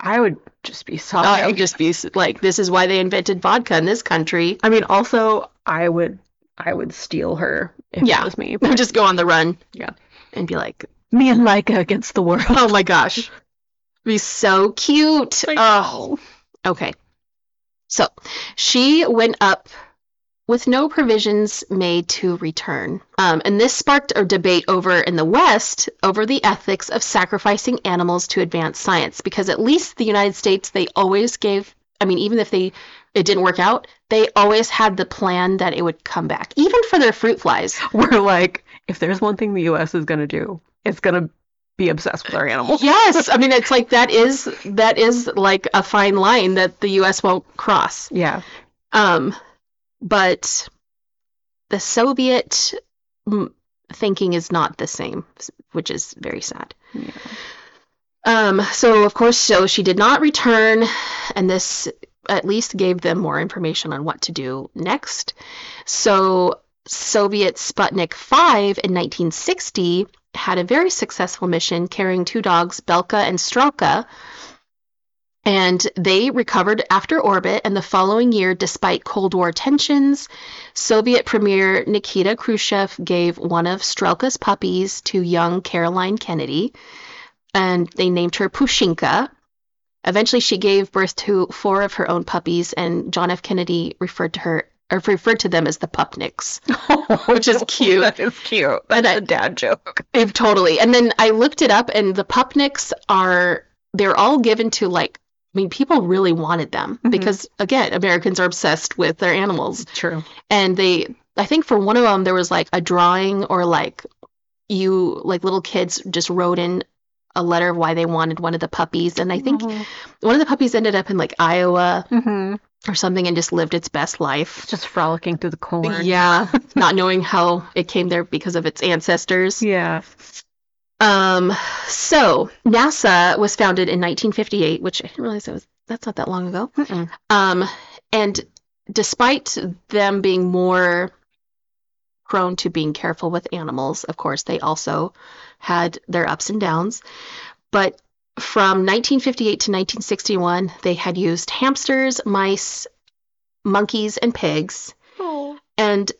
I would just be sobbing.
Oh, I would just be s- like, this is why they invented vodka in this country.
I mean, also, I would, I would steal her if
Yeah.
it was me.
I would just go on the run.
Yeah.
And be like,
Me and Leica against the world.
oh my gosh. Be so cute. Oh. Okay. So she went up with no provisions made to return. Um, and this sparked a debate over in the West over the ethics of sacrificing animals to advance science, because at least the United States, they always gave, I mean, even if they it didn't work out, they always had the plan that it would come back, even for their fruit flies.
We're like, if there's one thing the U.S. is gonna do, it's gonna be obsessed with our animals.
Yes, I mean it's like that is that is like a fine line that the U.S. won't cross.
Yeah.
Um, but the Soviet mm, thinking is not the same, s- which is very sad.
Yeah.
Um, so of course, so she did not return, and this at least gave them more information on what to do next. So Soviet Sputnik 5 in 1960 had a very successful mission carrying two dogs, Belka and Strelka, and they recovered after orbit and the following year despite cold war tensions soviet premier nikita khrushchev gave one of strelka's puppies to young caroline kennedy and they named her pushinka eventually she gave birth to four of her own puppies and john f kennedy referred to her or referred to them as the pupniks
Which
is cute.
That is cute. That's a dad joke.
If totally. And then I looked it up, and the pupniks are they're all given to like I mean people really wanted them
Mhm.
because again Americans are obsessed with their animals,
True.
and they I think for one of them there was like a drawing or like you like little kids just wrote in a letter of why they wanted one of the puppies, and I think
Oh.
one of the puppies ended up in like Iowa
Mm-hmm.
or something and just lived its best life.
Just frolicking through the corn.
Yeah, not knowing how it came there because of its ancestors.
Yeah.
Um, so NASA was founded in 1958, which I didn't realize that was that's not that long ago.
Mm-mm.
Um, and despite them being more prone to being careful with animals, of course, they also had their ups and downs. But from 1958 to 1961, they had used hamsters, mice, monkeys, and pigs.
Oh.
And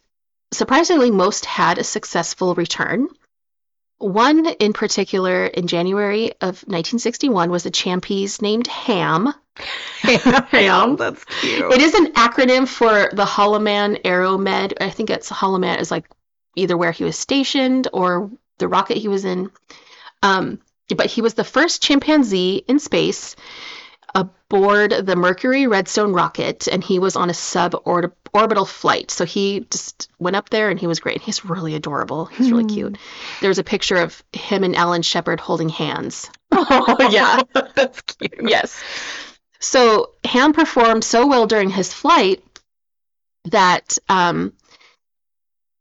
surprisingly, most had a successful return. One in particular in January of 1961 was a champese named Ham.
Ham. That's cute.
It is an acronym for the Holoman Aeromed. I think it's Holoman is like either where he was stationed or the rocket he was in. Um, but he was the first chimpanzee in space aboard the Mercury Redstone rocket, and he was on a sub-orbital flight. So he just went up there, and he was great. He's really adorable. He's really
Hmm.
cute. There's a picture of him and Alan Shepard holding hands.
Oh
yeah.
That's cute.
Yes. So Ham performed so well during his flight that um,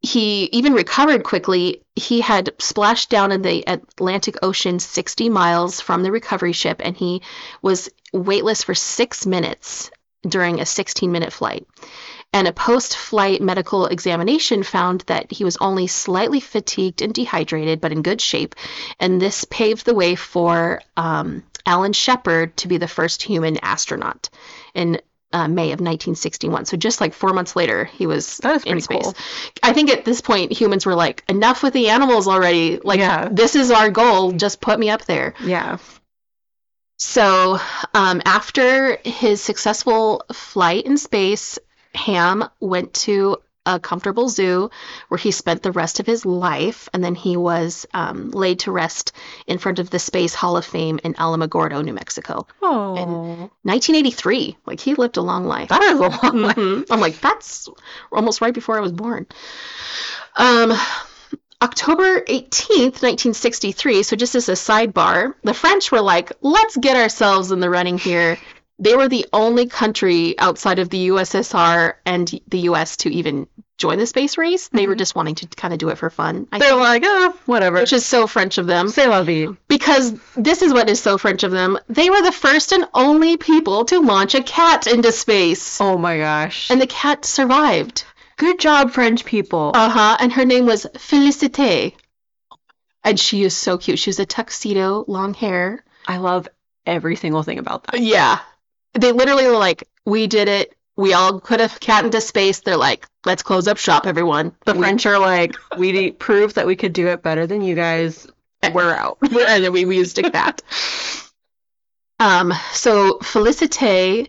he even recovered quickly. He had splashed down in the Atlantic Ocean 60 miles from the recovery ship, and he was weightless for six minutes during a 16 minute flight. And a post flight medical examination found that he was only slightly fatigued and dehydrated, but in good shape. And this paved the way for um, Alan Shepard to be the first human astronaut in uh, May of 1961. So just like four months later, he was
That is
in
pretty
space.
cool.
I think at this point, humans were like, enough with the animals already. Like,
Yeah.
this is our goal. Just put me up there.
Yeah.
So, um, after his successful flight in space, Ham went to a comfortable zoo where he spent the rest of his life, and then he was um, laid to rest in front of the Space Hall of Fame in Alamogordo, New Mexico,
Oh,
1983. Like he lived a long life.
that is a long life.
Mhm. I'm like, that's almost right before I was born. Um, October 18th, 1963. So, just as a sidebar, the French were like, let's get ourselves in the running here. They were the only country outside of the USSR and the US to even join the space race. They were
Mhm.
just wanting to kind of do it for fun, I
They're
think,
like, oh, whatever.
which is so French of them
C'est la vie.
because this is what is so French of them. They were the first and only people to launch a cat into space.
Oh my gosh.
And the cat survived.
good job, French people.
Uh huh. And her name was Felicite. And she is so cute. She was a tuxedo, long hair.
I love every single thing about that.
Yeah. They literally were like, we did it. We all put a cat into space. They're like, let's close up shop, everyone.
The
We-
French are like, we de- proved that we could do it better than you guys. We're out.
and then we, we used a cat. Um, so Felicite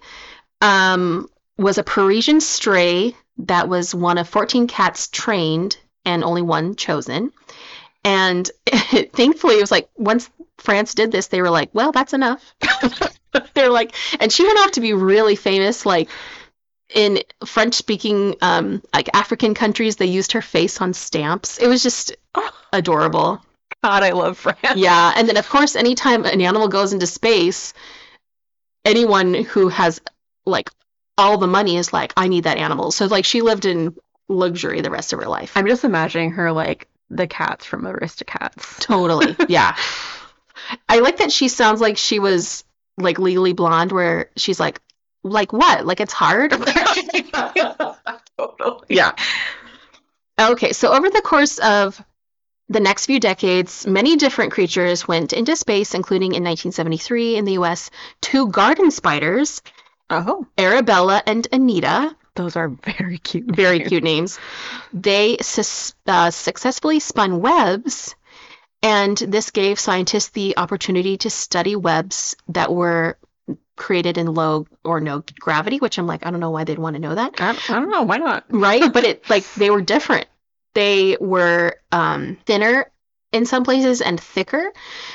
um, was a Parisian stray that was one of 14 cats trained and only one chosen. And thankfully, it was like once France did this, they were like, well, that's enough. They're like, and she went off to be really famous. Like in French speaking, um, like African countries, they used her face on stamps. It was just adorable.
God, I love France.
Yeah, and then of course, anytime an animal goes into space, anyone who has like all the money is like, I need that animal. So like, she lived in luxury the rest of her life.
I'm just imagining her like the cats from Aristocats.
totally, yeah. I like that she sounds like she was like legally blonde, where she's like, like what? Like it's hard.
totally.
Yeah. Okay, so over the course of the next few decades, many different creatures went into space, including in 1973 in the US, two garden spiders,
Oh,
Arabella and Anita,
those are very cute.
very
names.
cute names. They sus- uh, successfully spun webs, and this gave scientists the opportunity to study webs that were created in low or no gravity, which I'm like, I don't know why they'd want to know that.
I, I don't know. Why not?
right but it like they were different they were um, thinner in some places and thicker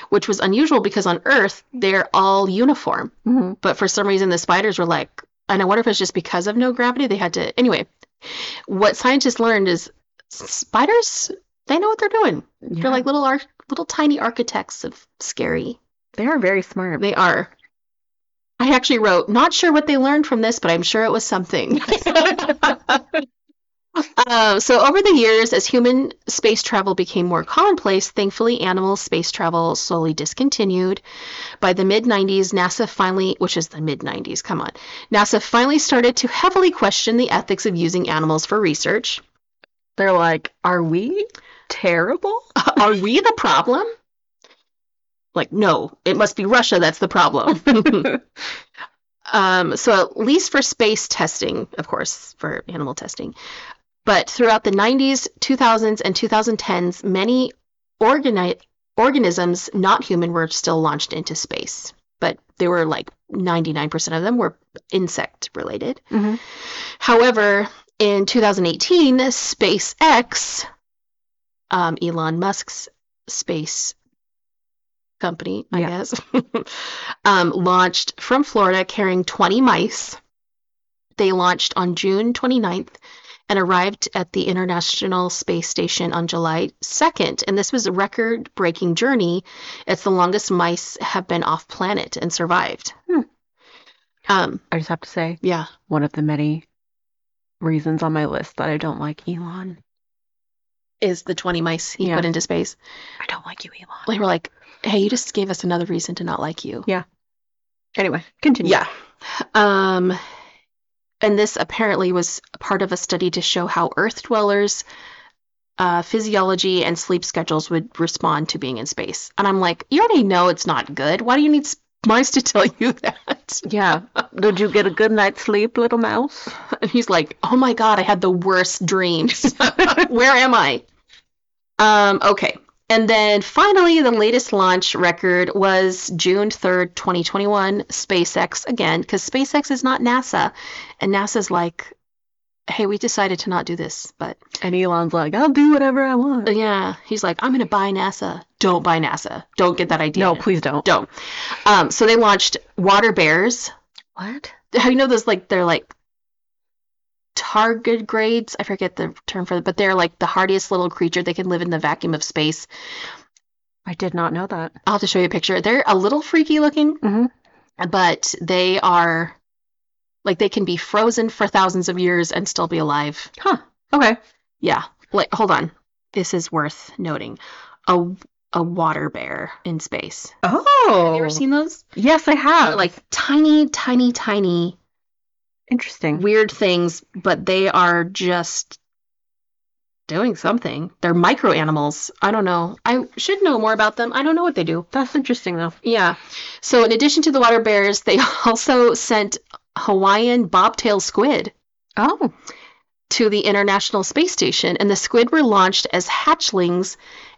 which was unusual because on earth they're all uniform
Mhm.
but for some reason the spiders were like and i wonder if it's just because of no gravity they had to anyway what scientists learned is spiders they know what they're doing
Yeah.
they're like little ar- little tiny architects of scary
they are very smart.
they are. I actually wrote, not sure what they learned from this, but I'm sure it was something. Uh, so, over the years, as human space travel became more commonplace, thankfully, animal space travel slowly discontinued. By the mid 90s, NASA finally, which is the mid 90s, come on, NASA finally started to heavily question the ethics of using animals for research.
They're like, are we terrible?
Are we the problem? Like, no, it must be Russia that's the problem. um, so, at least for space testing, of course, for animal testing. But throughout the 90s, 2000s, and 2010s, many organi- organisms not human were still launched into space. But they were like 99% of them were insect related.
Mhm.
However, in 2018, SpaceX, um, Elon Musk's space company, I
Yeah.
guess, um, launched from Florida carrying 20 mice. They launched on June 29th and arrived at the International Space Station on July 2nd. And this was a record breaking journey. It's the longest mice have been off planet and survived.
Hmm.
Um,
I just have to say,
yeah.
one of the many reasons on my list that I don't like Elon.
is the 20 mice he
Yeah.
put into space.
I don't like you, Elon.
They were like, hey, you just gave us another reason to not like you.
Anyway, continue.
Yeah. Um, and this apparently was part of a study to show how Earth dwellers' uh, physiology and sleep schedules would respond to being in space. And I'm like, you already know it's not good. Why do you need s- mice to tell you that?
Yeah. Did you get a good night's sleep, little mouse?
And he's like, "Oh my god, I had the worst dreams. Where am I?" Um, okay. And then finally, the latest launch record was June 3rd, 2021, SpaceX again, because SpaceX is not NASA. And NASA's like, hey, we decided to not do this, but
And Elon's like, I'll do whatever I want.
uh, yeah, he's like, I'm gonna buy NASA. Don't buy NASA. Don't get that idea.
No, please don't.
don't. Um, so they launched water bears.
What?
How you know those like they're like target grades? I forget the term for it, but they're like the hardiest little creature. They can live in the vacuum of space.
I did not know that.
I'll have to show you a picture. They're a little freaky looking,
Mhm.
but they are like they can be frozen for thousands of years and still be alive.
Okay.
Yeah. Like, hold on. This is worth noting. A a water bear in space.
Oh.
Have you ever seen those?
Yes, I have.
They're like tiny, tiny, tiny
interesting.
weird things, but they are just doing something. They're micro animals. I don't know. I should know more about them. I don't know what they do.
That's interesting though.
Yeah. So in addition to the water bears, they also sent Hawaiian bobtail squid
Oh.
to the International Space Station, and the squid were launched as hatchlings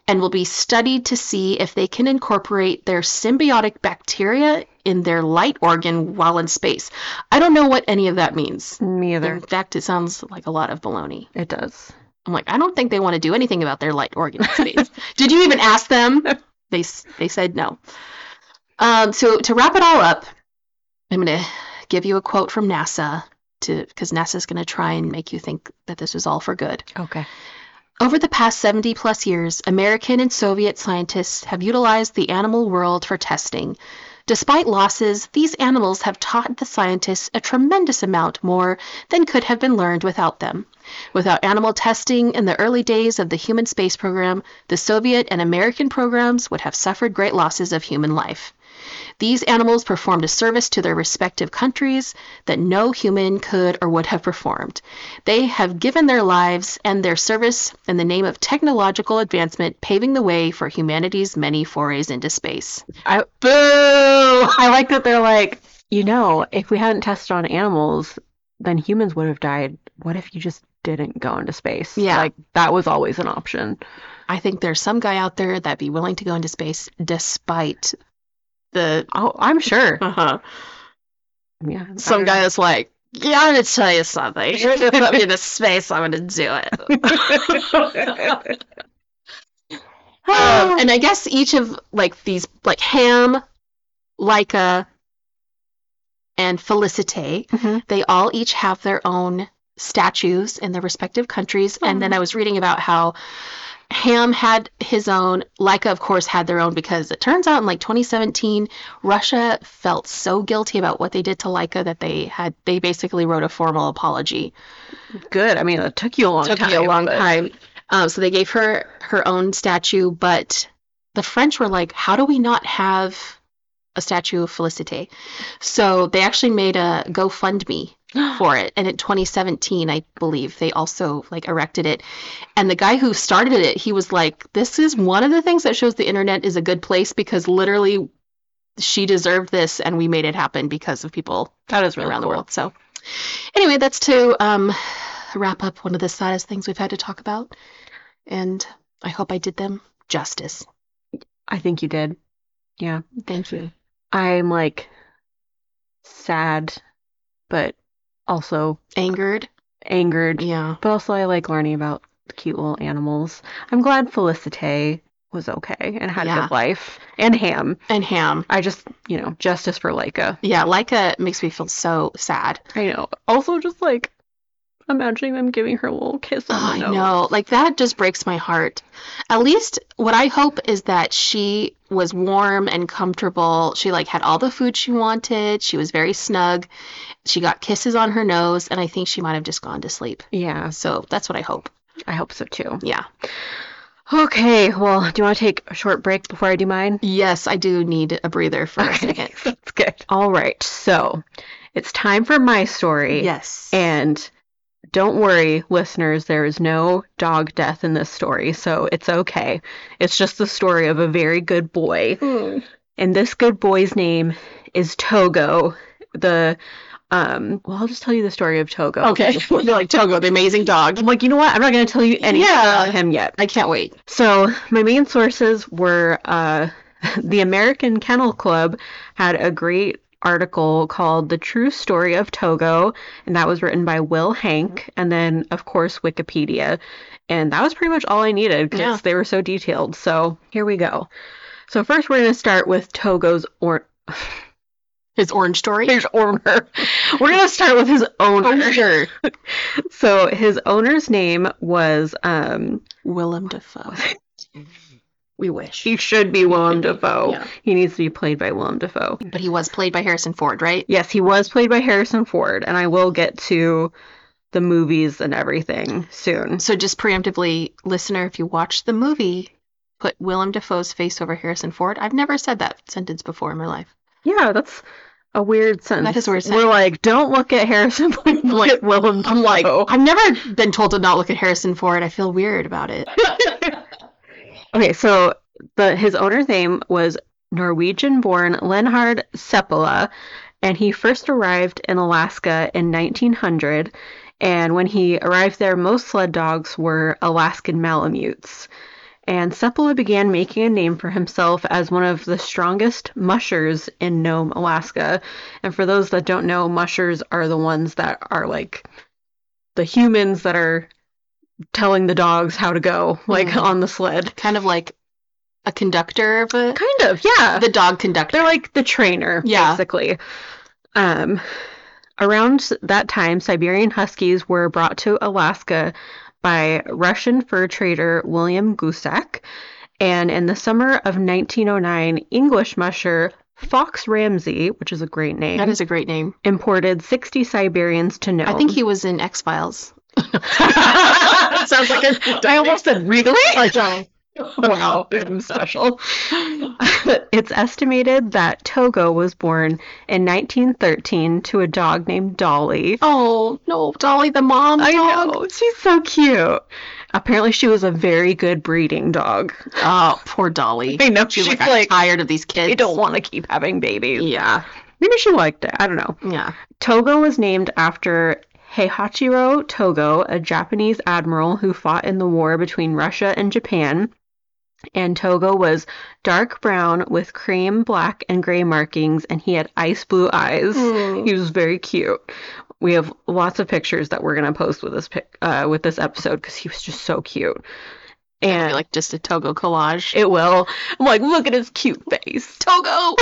and will be studied to see if they can incorporate their symbiotic bacteria in their light organ while in space. I don't know what any of that means.
Me either.
In fact, it sounds like a lot of baloney.
It does.
I'm like, I don't think they want to do anything about their light organ in space. Did you even ask them? They s- they said no. Um, so to wrap it all up, I'm going to give you a quote from NASA to because NASA's going to try and make you think that this was all for good.
Okay.
Over the past 70 plus years, American and Soviet scientists have utilized the animal world for testing. Despite losses, these animals have taught the scientists a tremendous amount more than could have been learned without them. Without animal testing in the early days of the human space program, the Soviet and American programs would have suffered great losses of human life. These animals performed a service to their respective countries that no human could or would have performed. They have given their lives and their service in the name of technological advancement, paving the way for humanity's many forays into space.
I
Boo! I
I like that they're like, you know, if we hadn't tested on animals, then humans would have died. What if you just didn't go into space?
Yeah.
Like that was always an option.
think there's some guy out there that'd be willing to go into space despite the.
Oh, I'm sure.
Uh huh.
Yeah. I
Some
don't
guy that's like, yeah, I'm gonna tell you something. You're gonna put me into space. I'm gonna do
Oh,
it.
know.
Um, and I guess each of like these like Ham, Leica, and Felicite,
Mhm.
they all each have their own statues in their respective countries. And then I was reading about how Ham had his own, Leica of course had their own because it turns out in like 2017, Russia felt so guilty about what they did to Leica that they had they basically wrote a formal apology
Good. I mean, it took you a long
took
time.
me a long
but-
time. Um, so they gave her her own statue, but the French were like, "How do we not have a statue of Felicite?" So they actually made a GoFundMe for it, and in 2017, I believe they also like erected it. And the guy who started it, he was like, "This is one of the things that shows the internet is a good place because literally." She deserved this, and we made it happen because of people
That is really
around the
cool.
world. So, anyway, that's to um, wrap up one of the saddest things we've had to talk about. And I hope I did them justice.
I think you did. Yeah.
Thank you.
I'm like sad, but also
Angered?
angered.
Yeah.
But also, I like learning about cute little animals. I'm glad Felicite was okay and had a
Yeah.
good life. And Ham.
And ham.
I just, you know, justice for Leica.
Yeah, Leica makes me feel so sad.
I know. Also, just like imagining them giving her a little kiss
Oh,
on
I
the
know.
nose.
Like, that just breaks my heart. At least what I hope is that she was warm and comfortable. She, like, had all the food she wanted. She was very snug. She got kisses on her nose, and I think she might have just gone to sleep.
Yeah,
So that's what I hope.
I hope so too.
Yeah.
Okay, well, do you want to take a short break before I do mine?
Yes, I do need a breather for a
Okay,
second.
that's good. All right, so it's time for my story.
Yes.
And don't worry, listeners, there is no dog death in this story, so it's okay. It's just the story of a very good boy. And this good boy's name is Togo. The um well I'll just tell you the story of Togo.
okay, they're like Togo, the amazing dog.
I'm Oh, like, you know what? I'm not gonna tell you anything
Yeah.
about him yet.
I can't wait.
So my main sources were uh the American Kennel Club had a great article called The True Story of Togo, and that was written by Will Hank, and then, of course, Wikipedia. And that was pretty much all I needed because
Yeah.
they were so detailed. So here we go. So, first, we're going to start with Togo's or-
His orange story. Oh,
his owner. We're going to start with his owner.
Owner.
So, his owner's name was, um,
Willem Dafoe. We wish.
he should be Willem Dafoe.
Yeah.
He needs to be played by Willem Dafoe.
But he was played by Harrison Ford, right?
Yes, he was played by Harrison Ford, and I will get to the movies and everything soon.
So just preemptively, listener, if you watch the movie, put Willem Dafoe's face over Harrison Ford. I've never said that sentence before in my life.
Yeah, that's a weird sentence.
That is a weird
We're
sentence.
like, don't look at Harrison Ford, look at Willem Dafoe.
I'm like, I've never been told to not look at Harrison Ford. I feel weird about it.
okay, so the his owner's name was Norwegian-born Lenhard Seppala, and he first arrived in Alaska in 1900. And when he arrived there, most sled dogs were Alaskan Malamutes. And Seppala began making a name for himself as one of the strongest mushers in Nome, Alaska. And for those that don't know, mushers are the ones that are like the humans that are telling the dogs how to go, like
Mhm.
on the sled.
Kind of like a conductor of a
Kind of, yeah.
the dog conductor.
They're like the trainer,
Yeah.
basically. Um, around that time, Siberian Huskies were brought to Alaska by Russian fur trader William Gusak. And in the summer of 1909, English musher Fox Ramsey, which is a great name,
That is a great name.
imported 60 Siberians to Nome.
I think he was in X Files.
sounds like a. I almost said really. wow, I'm special. it's estimated that Togo was born in 1913 to a dog named Dolly.
Oh no, Dolly the mom.
I
dog.
know, she's so cute. Apparently, she was a very good breeding dog.
Oh, poor Dolly.
I know
She's, like, I'm tired of these kids.
I don't want to keep having babies.
Yeah,
Maybe she liked it. I don't know.
yeah.
Togo was named after Heihachiro Togo, a Japanese admiral who fought in the war between Russia and Japan. And Togo was dark brown with cream black and gray markings, and he had ice blue eyes.
Mm. Hmm.
He was very cute. We have lots of pictures that we're gonna post with this pic- uh, with this episode because he was just so cute.
I
And
feel like just a Togo collage.
it will. I'm like, look at his cute face.
Togo.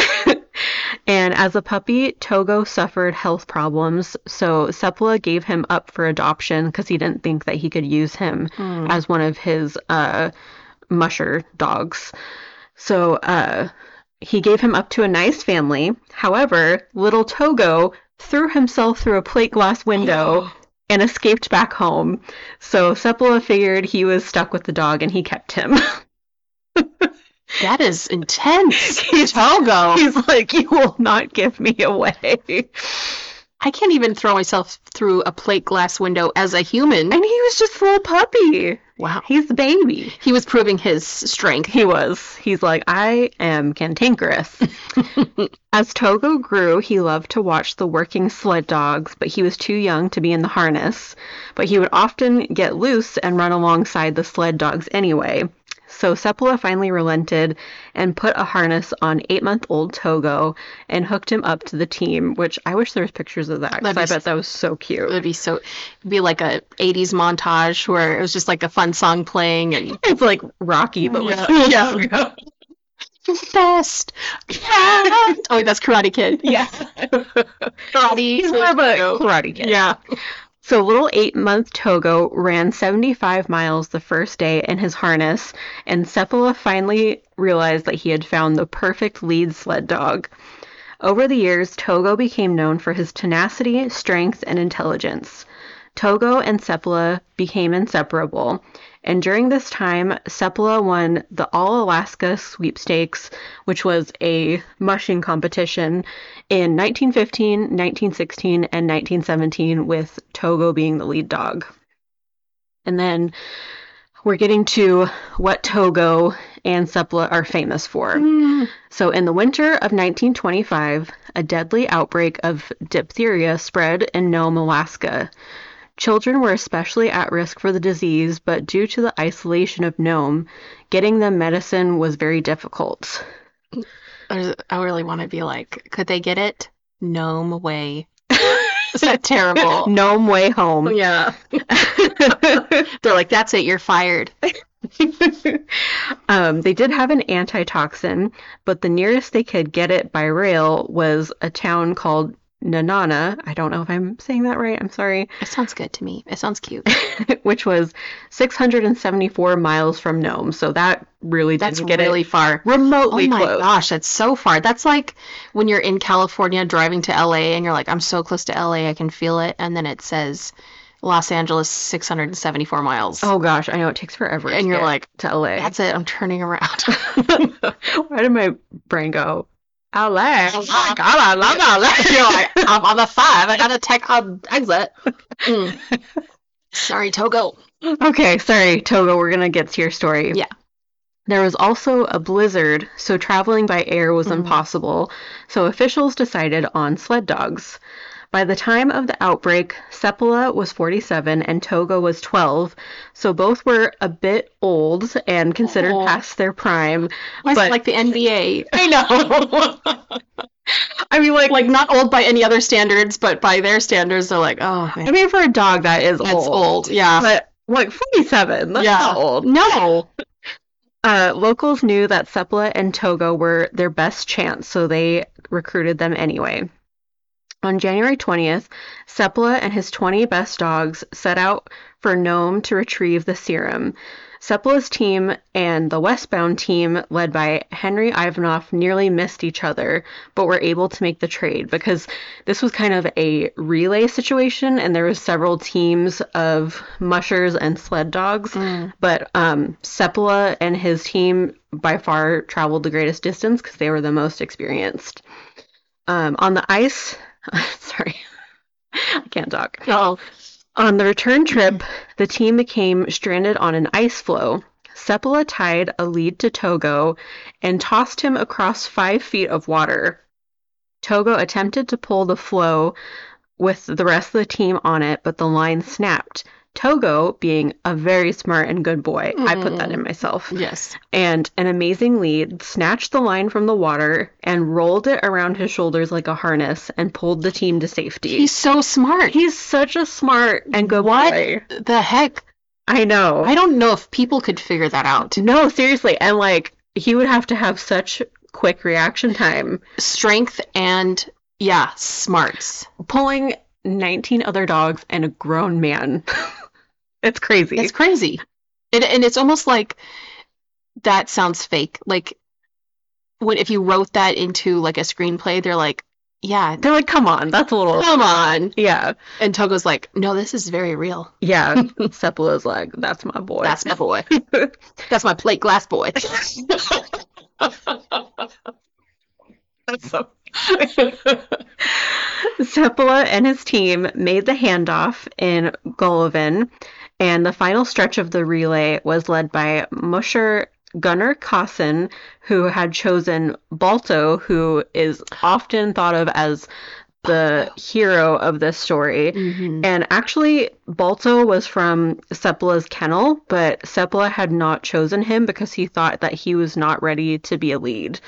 And as a puppy, Togo suffered health problems, so Sepla gave him up for adoption because he didn't think that he could use him
Hmm.
as one of his uh, musher dogs. So uh, he gave him up to a nice family. However, little Togo threw himself through a plate glass window and escaped back home. So Sepla figured he was stuck with the dog and he kept him.
That is intense.
He's-
Togo.
He's like, You will not give me away.
I can't even throw myself through a plate glass window as a human.
And he was just a little puppy.
Wow.
He's the baby.
He was proving his strength.
He was. He's like, I am cantankerous. As Togo grew, he loved to watch the working sled dogs, but he was too young to be in the harness. But he would often get loose and run alongside the sled dogs anyway. So Sepala finally relented and put a harness on eight month old Togo and hooked him up to the team, which I wish there was pictures of that 'cause
That'd be
I
s-
bet that was so cute.
It would be so, it'd be like a 80s montage where it was just like a fun song playing and
It's like Rocky, but with
Yeah. best. oh, wait, that's Karate Kid.
Yeah.
Karate.
He's more of a karate kid.
Yeah.
So little eight month Togo ran 75 miles the first day in his harness, and Sepala finally realized that he had found the perfect lead sled dog. Over the years, Togo became known for his tenacity, strength, and intelligence. Togo and Sepala became inseparable, and during this time, Sepala won the All Alaska Sweepstakes, which was a mushing competition in 1915, 1916, and 1917, with Togo being the lead dog. And then we're getting to what Togo and Sepla are famous for. So, in the winter of 1925, a deadly outbreak of diphtheria spread in Nome, Alaska. Children were especially at risk for the disease, but due to the isolation of Nome, getting them medicine was very difficult.
I was- I really want to be like, could they get it? gnome way. Is that terrible?
Gnome way home.
Oh, yeah. They're like, that's it, you're fired.
um, they did have an antitoxin, but the nearest they could get it by rail was a town called Nanana. I don't know if I'm saying that right. I'm sorry.
It sounds good to me. It sounds cute.
Which was 674 miles from Nome. So that really didn't
That's
get
really far.
it remotely
Oh my
close.
gosh, that's so far. That's like when you're in California driving to LA and you're like, I'm so close to LA, I can feel it. And then it says Los Angeles, 674 miles.
Oh gosh, I know it takes forever. to
and you're
get
like,
to LA.
that's it, I'm turning around.
Where did my brain go? LA.
Oh my God, I love LA. You're like, I'm on the five. I gotta take on um, exit. Mm. Sorry, Togo.
Okay, sorry, Togo, we're gonna get to your story.
Yeah.
There was also a blizzard, so traveling by air was
Mhm.
impossible, so officials decided on sled dogs. By the time of the outbreak, Sepala was 47 and Togo was 12, so both were a bit old and considered
Aw.
past their prime.
It's
But-
like the NBA. I know. I mean, like, like not old by any other standards, but by their standards, they're like, oh,
I
man,
mean, for a dog, that is
that's
old.
old. Yeah.
But, like, 47, that's
Yeah.
not old.
No.
Uh, locals knew that Sepla and Togo were their best chance, so they recruited them anyway. On January 20th, Sepla and his 20 best dogs set out for Nome to retrieve the serum. Sepla's team and the westbound team, led by Henry Ivanov, nearly missed each other, but were able to make the trade because this was kind of a relay situation, and there was several teams of mushers and sled dogs.
Mm.
But um, Sepala and his team by far traveled the greatest distance because they were the most experienced. Um, on the ice, sorry, I can't talk.
Oh.
On the return trip, the team became stranded on an ice floe. Sepala tied a lead to Togo and tossed him across five feet of water. Togo attempted to pull the floe with the rest of the team on it, but the line snapped. Togo, being a very smart and good boy, I put that in myself,
Yes.
and an amazing lead, snatched the line from the water and rolled it around his shoulders like a harness and pulled the team to safety.
He's so smart.
He's such a smart and good
What?
boy.
The heck?
I know.
I don't know if people could figure that out.
no, seriously. And like he would have to have such quick reaction time.
Strength and, yeah, smarts.
Pulling 19 other dogs and a grown man. it's crazy.
It's crazy. And, and it's almost like that sounds fake. Like, when if you wrote that into like a screenplay, they're like, yeah,
They're like, come on, that's a little
come on.
Yeah.
And Togo's like, no, this is very real.
Yeah. Sepula's like, that's my boy.
That's my boy. That's my plate glass boy.
That's so. Sepala and his team made the handoff in Golovin, and the final stretch of the relay was led by Musher Gunnar Kassen, who had chosen Balto, who is often thought of as the hero of this story.
Mhm.
And actually, Balto was from Sepala's kennel, but Sepala had not chosen him because he thought that he was not ready to be a lead.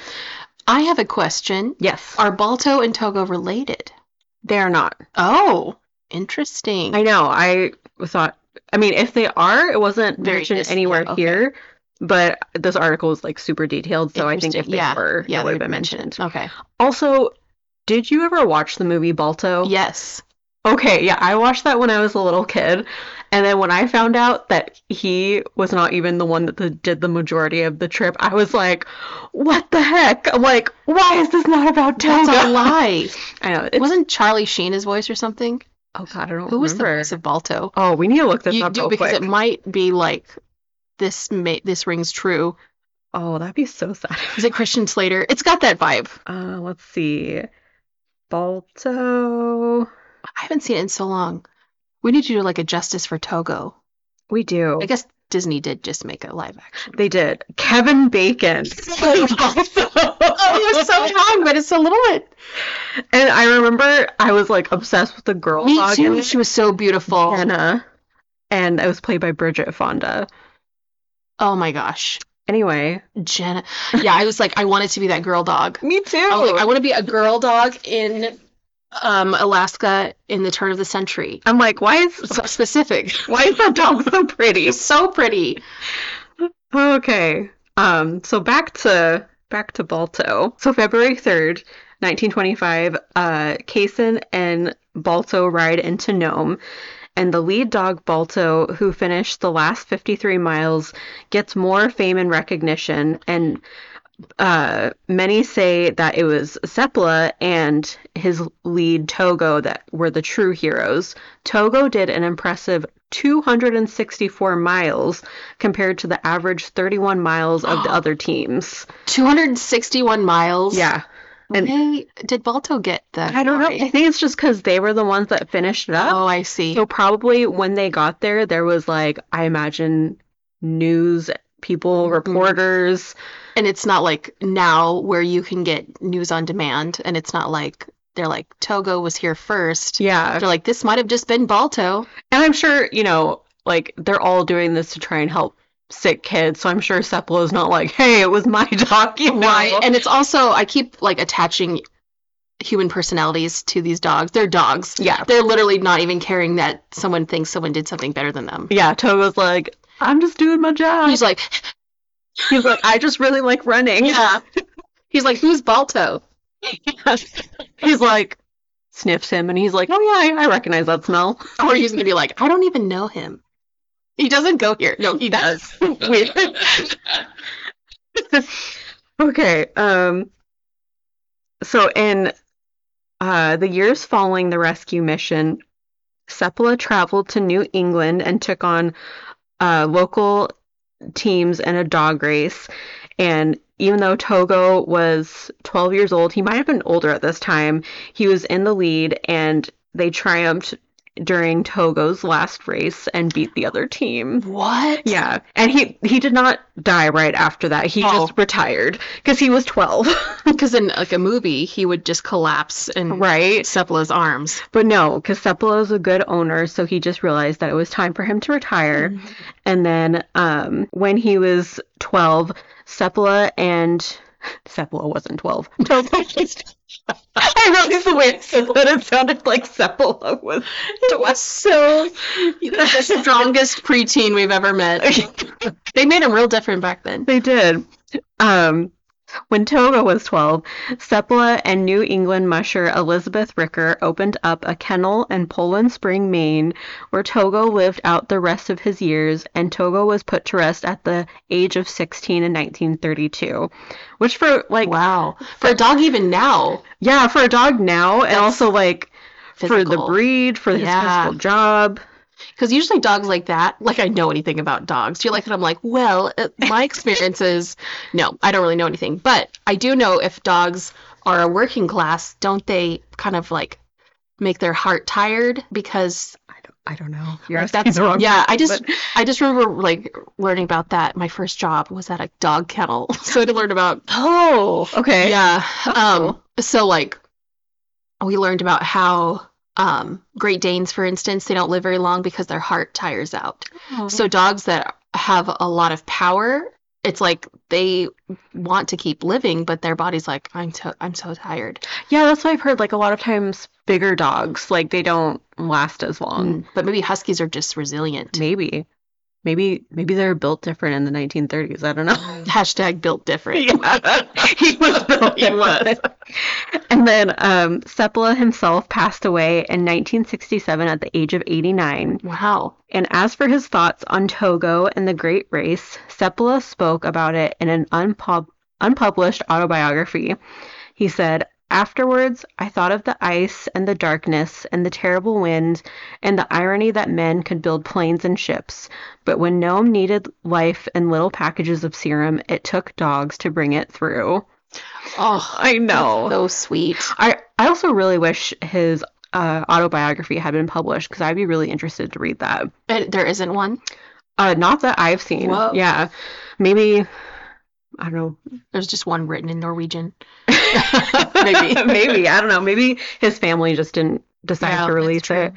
I have a question.
Yes,
Are Balto and Togo related?
they are not.
Oh, interesting.
I know. I thought. I mean, if they are, it wasn't
Very
mentioned
dis-
anywhere
yeah, okay.
here. But this article is like super detailed, so I think if
Interesting.
they
Yeah.
were,
Yeah,
it would
they'd
have been
mention
mentioned.
okay.
Also, did you ever watch the movie
Oh.
Balto?
Yes.
Okay, yeah, I watched that when I was a little kid, and then when I found out that he was not even the one that the, did the majority of the trip, I was like, "What the heck? I'm like, why is this not about
That's a
Togo?"
lie.
I know. It's,
Wasn't Charlie Sheen his voice or something?
oh god, I don't
Who was the
remember.
voice of Balto?
oh, we need to look this
You
up
do
real
because
quick.
it might be like this. May, this rings true.
Oh, that'd be so sad.
Is it Christian Slater? It's got that vibe.
Uh, let's see. Balto.
I haven't seen it in so long. We need to do like a justice for Togo.
We do.
I guess Disney did just make a live action.
They did. Kevin Bacon.
Oh, it was so young, but it's a little bit.
And I remember I was like obsessed with the girl
Me
dog in
too.
it,
She was so beautiful.
Anna. And it was played by Bridget Fonda.
Oh my gosh,
Anyway.
Jenna. Yeah, I was like, I wanted to be that girl dog.
Me too.
I was like, I want to be a girl dog in um, Alaska in the turn of the century.
I'm like, why is
So specific.
why is that dog so pretty?
It's so pretty.
Okay. Um, so back to back to Balto. So February 3rd, 1925, uh Kaysen and Balto ride into Nome, and the lead dog Balto, who finished the last 53 miles, gets more fame and recognition and uh, many say that it was Sepla and his lead Togo that were the true heroes. Togo did an impressive 264 miles compared to the average 31 miles of the other teams.
261 miles.
Yeah. and-
Why did Balto get that?
I don't know.
far?
I think it's just because they were the ones that finished it up.
Oh, I see.
So probably when they got there, there was like, I imagine news people,
Mhm.
reporters.
And it's not like now where you can get news on demand, and it's not like they're like Togo was here first.
Yeah.
They're like this might have just been Balto.
And I'm sure, you know, like they're all doing this to try and help sick kids. So I'm sure Seplo is not like, hey, it was my dog, you know.
Why? And it's also I keep like attaching human personalities to these dogs. They're dogs.
yeah.
They're literally not even caring that someone thinks someone did something better than them.
Yeah, Togo's like, I'm just doing my job.
He's like,
He's like, I just really like running.
yeah. He's like, who's Balto?
He's like, sniffs him and he's like, oh yeah, I, I recognize that smell.
Or he's gonna be like, I don't even know him. He doesn't go here. No, he does.
Weird. okay. Um. So in uh, the years following the rescue mission, Sepla traveled to New England and took on uh, local teams in a dog race. And even though Togo was 12 years old, he might have been older at this time. He was in the lead, and they triumphed during Togo's last race and beat the other team.
What?
Yeah, and he he did not die right after that. He
Oh.
just retired because he was twelve,
Because in like a movie, he would just collapse and
right?
Sepla's arms.
But no, because Sepolo is a good owner, so he just realized that it was time for him to retire. And then um, when he was twelve, Sepla and Sepla wasn't twelve. Togo. I realized the way it said that it sounded like Sepla was twelve.
so the strongest preteen we've ever met. They made him real different back then.
They did. Um, when Togo was 12, Sepla and New England musher Elizabeth Ricker opened up a kennel in Poland Spring, Maine, where Togo lived out the rest of his years, and Togo was put to rest at the age of 16 in 1932. Which, for like,
Wow. For a dog, even now,
yeah, for a dog now, and also like for the
physical.
breed, for his
Yeah.
physical job.
Because usually dogs like that, like I know anything about dogs. You're like, and I'm like, well, uh, my experience is, no, I don't really know anything. But I do know if dogs are a working class, don't they kind of like make their heart tired? Because
I don't, I don't know. You're
Like,
asking
that's-
the wrong
yeah, I
person,
just-
but-
I just remember like learning about that. My first job was at a dog kennel, so I had to learn about
oh, okay.
yeah. Um,
Oh.
so like we learned about how um Great Danes, for instance, they don't live very long because their heart tires out. So dogs that have a lot of power, it's like they want to keep living, but their body's like, I'm to- I'm so tired.
Yeah, that's what I've heard. Like a lot of times, bigger dogs like they don't last as long.
But maybe huskies are just resilient.
Maybe, maybe, maybe they're built different in the 1930s. I don't know.
Hashtag built different.
he was built
He was.
And then um, Sepla himself passed away in 1967 at the age of 89.
Wow.
And as for his thoughts on Togo and the Great Race, Sepala spoke about it in an unpub- unpublished autobiography. He said, Afterwards, I thought of the ice and the darkness and the terrible wind and the irony that men could build planes and ships. But when Nome needed life and little packages of serum, it took dogs to bring it through.
Oh,
I know.
so sweet.
I, I also really wish his uh, autobiography had been published because I'd be really interested to read that.
And there isn't one.
Uh, not that I've seen.
Whoa.
Yeah, maybe I don't know.
There's just one written in Norwegian.
maybe, maybe I don't know. Maybe his family just didn't decide
Yeah,
to
that's
release
true.
it.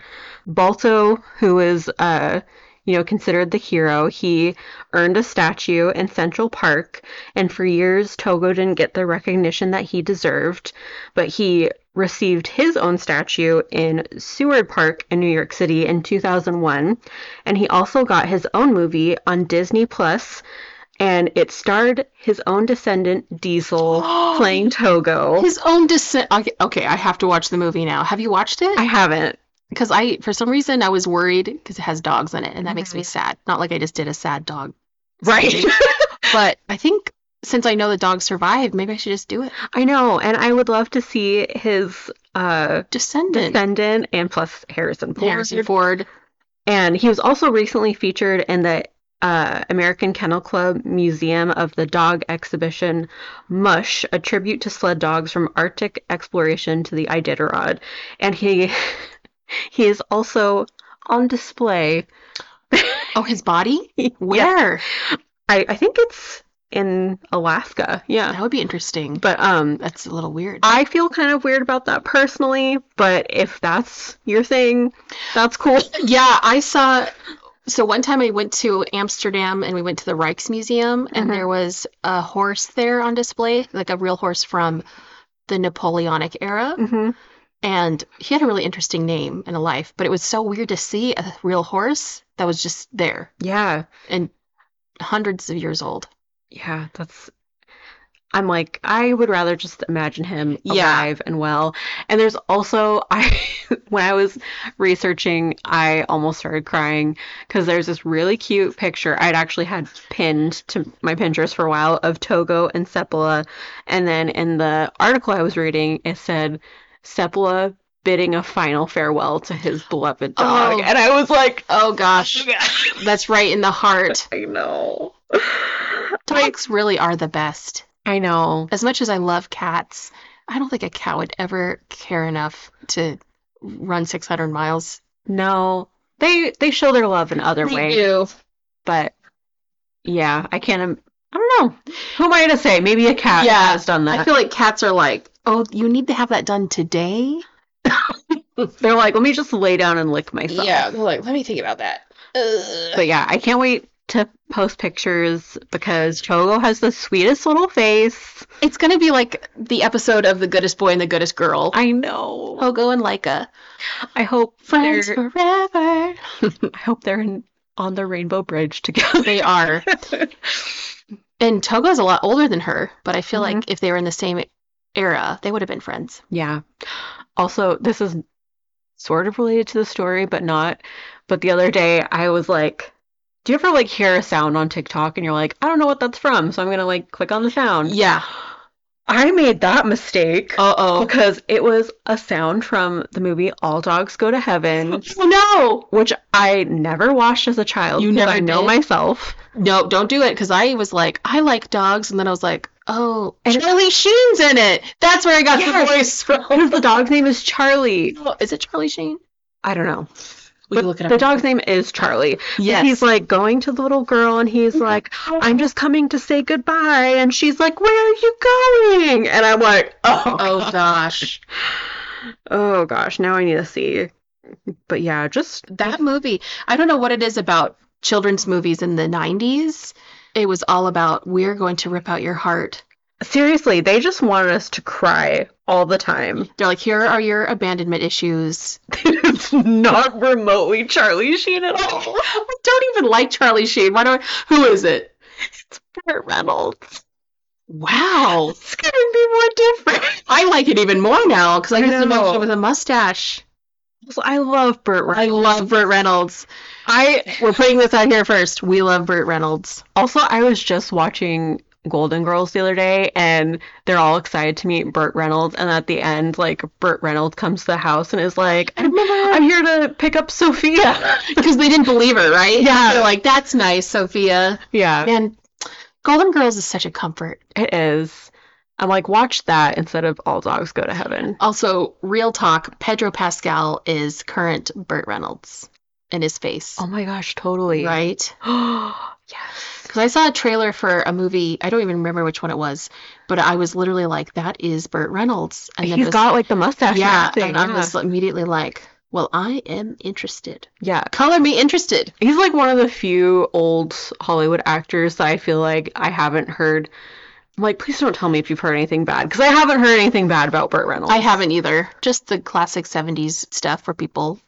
Balto, who is uh, you know, considered the hero, he earned a statue in Central Park, and for years Togo didn't get the recognition that he deserved, but he received his own statue in Seward Park in New York City in 2001, and he also got his own movie on Disney Plus, and it starred his own descendant Diesel playing Togo.
His own descent. Okay, okay, I have to watch the movie now. Have you watched it?
I haven't.
because I, for some reason, I was worried because it has dogs in it, and that makes me sad. Not like I just did a sad dog,
Right.
but I think since I know the dog survived, maybe I should just do it.
I know, and I would love to see his uh
Descendant.
descendant and plus Harrison Ford.
Harrison Ford.
And he was also recently featured in the uh, American Kennel Club Museum of the Dog exhibition Mush, a tribute to sled dogs from Arctic exploration to the Iditarod. And he he is also on display.
Oh, his body?
Yeah.
Where?
I, I think it's in Alaska. Yeah.
That would be interesting.
But um
That's a little weird.
I feel kind of weird about that personally, but if that's your thing, that's cool.
yeah, I saw. So one time I went to Amsterdam and we went to the Rijksmuseum, and
Mhm.
there was a horse there on display, like a real horse from the Napoleonic era.
hmm
and he had a really interesting name and a life, but it was so weird to see a real horse that was just there
Yeah.
and hundreds of years old.
Yeah, that's. I'm like, I would rather just imagine him
Yeah.
alive and well. And there's also, I when I was researching, I almost started crying because there's this really cute picture I'd actually had pinned to my Pinterest for a while of Togo and Sepala, and then in the article I was reading, it said Sepala bidding a final farewell to his beloved dog,
Oh.
and I was like,
Oh gosh, that's right in the heart.
I know.
Dogs really are the best.
I know.
As much as I love cats, I don't think a cat would ever care enough to run 600 miles.
No, they they show their love in other ways,
do.
but yeah, I can't. im- I don't know. Who am I to say? Maybe a cat
Yeah,
has done that.
I feel like cats are like, oh, you need to have that done today.
They're like, let me just lay down and lick myself.
like let me think about that.
But yeah, I can't wait to post pictures because Chogo has the sweetest little face.
It's gonna be like the episode of the goodest boy and the goodest girl.
I know.
Pogo and Leica.
I hope
Friends
they're.
forever.
I hope they're in, on the Rainbow Bridge together.
They are. and Togo's a lot older than her, but I feel like if they were in the same era, they would have been friends.
Yeah. Also, this is sort of related to the story, but not. But the other day, I was like, do you ever like hear a sound on TikTok and you're like, I don't know what that's from, so I'm gonna like click on the sound.
Yeah.
I made that mistake
Uh oh.
because it was a sound from the movie All Dogs Go to Heaven,
Oh, No.
which I never watched as a child
You
'cause
never
I know
did?
myself.
No, don't do it because I was like, I like dogs, and then I was like, oh,
And-
Charlie Sheen's in it. That's where I got
Yes.
the voice from.
Because the dog's name is Charlie.
Is it Charlie Sheen?
I don't know.
We
But
can look it
the
up.
dog's name is Charlie.
yes. Mm-hmm.
He's like going to the little girl and he's like, I'm just coming to say goodbye. And she's like, Where are you going? And I'm like, Oh,
oh gosh.
oh gosh, now I need to see. But yeah, just
That movie, I don't know what it is about children's movies in the 90s. It was all about we're going to rip out your heart.
seriously, they just wanted us to cry all the time.
They're like, here are your abandonment issues.
it's not remotely Charlie Sheen at all.
I don't even like Charlie Sheen. Why do I? Who is it?
Burt Reynolds.
Wow.
It's gonna be more different.
I like it even more now because I
I
used to
know.
know with a mustache.
Also, I love Burt Reynolds.
I love Burt Reynolds.
I
We're putting this out here first. We love Burt Reynolds.
also I was just watching Golden Girls the other day and they're all excited to meet Burt Reynolds and at the end like Burt Reynolds comes to the house and is like I'm, I'm here to pick up Sophia.
Because they didn't believe her, right?
Yeah.
They're like, that's nice, Sophia.
Yeah,
And Golden Girls is such a comfort.
it is. I'm like watch that instead of All Dogs Go to Heaven.
Also, real talk Pedro Pascal is current Burt Reynolds in his face.
Oh my gosh, totally.
right?
yes.
Because I saw a trailer for a movie. I don't even remember which one it was, but I was literally like, "That is Burt Reynolds," and
He's
it was,
got like the mustache.
yeah,
and everything,
and I
yeah.
was immediately like, "Well, I am interested.
yeah.
Color me interested."
He's like one of the few old Hollywood actors that I feel like I haven't heard like, please don't tell me if you've heard anything bad because I haven't heard anything bad about Burt Reynolds.
I haven't either. Just the classic 70s stuff where people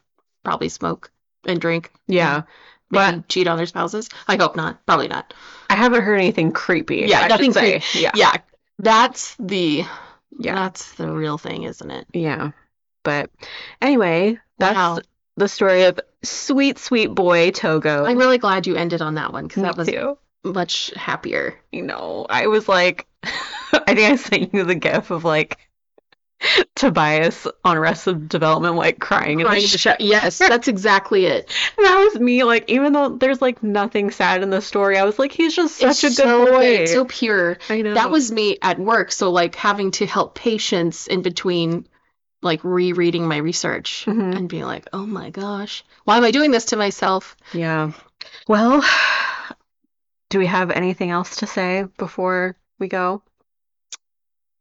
probably smoke and drink,
Yeah,
maybe
but
cheat on their spouses. I hope not. Probably not.
I haven't heard anything creepy.
Yeah,
I should
nothing
say. Yeah,
Yeah. That's the
Yeah.
that's the real thing, isn't it?
yeah. But anyway, that's
Wow.
the story of sweet, sweet boy Togo.
I'm really glad you ended on that one because
Me
that was
too.
much happier.
you know, I was like, I think I sent you the gif of like Tobias on Arrested Development, like crying. in the
Crying in the
sh-
shower. Yes, that's exactly it.
And that was me, like, even though there's like nothing sad in the story, I was like, he's just
It's
such a good
so
boy.
good, so pure.
I know.
That was me at work, so like having to help patients in between, like rereading my research
Mhm.
and being like, oh my gosh, why am I doing this to myself?
Yeah. Well, do we have anything else to say before we go?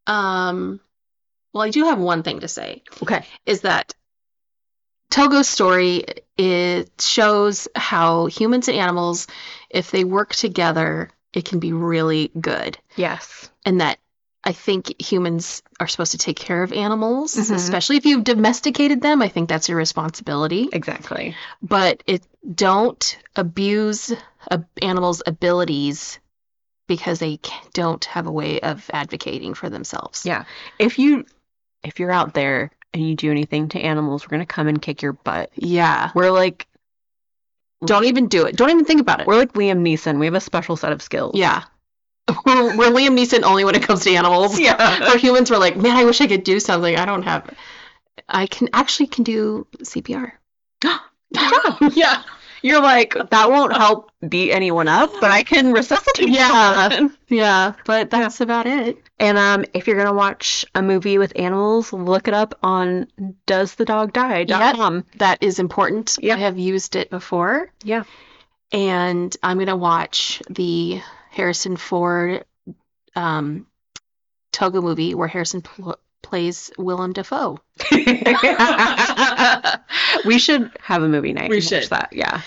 Um, well, I do have one thing to say.
Okay.
is that Togo's story it shows how humans and animals, if they work together, it can be really good.
Yes.
And that I think humans are supposed to take care of animals,
Mhm.
especially if you've domesticated them. I think that's your responsibility.
Exactly.
But it don't abuse a animals' abilities because they c- don't have a way of advocating for themselves.
Yeah. If you if you're out there and you do anything to animals, we're gonna come and kick your butt.
Yeah.
We're like
Don't even do it. Don't even think about it.
We're like Liam Neeson. We have a special set of skills.
Yeah. We're, we're Liam Neeson only when it comes to animals.
Yeah.
For humans, we're like, man, I wish I could do something. I don't have. I can actually can do CPR. yeah.
You're like, that won't help beat anyone up, but I can resuscitate
Yeah.
someone.
Yeah. But that's about it.
And um, if you're gonna watch a movie with animals, look it up on doesthedogdie.com.
That is important.
Yeah.
I have used it before.
Yeah.
And I'm going to watch the Harrison Ford um, Togo movie where Harrison pl- plays Willem Dafoe.
we should have a movie night.
We
and watch
should.
that. Yeah.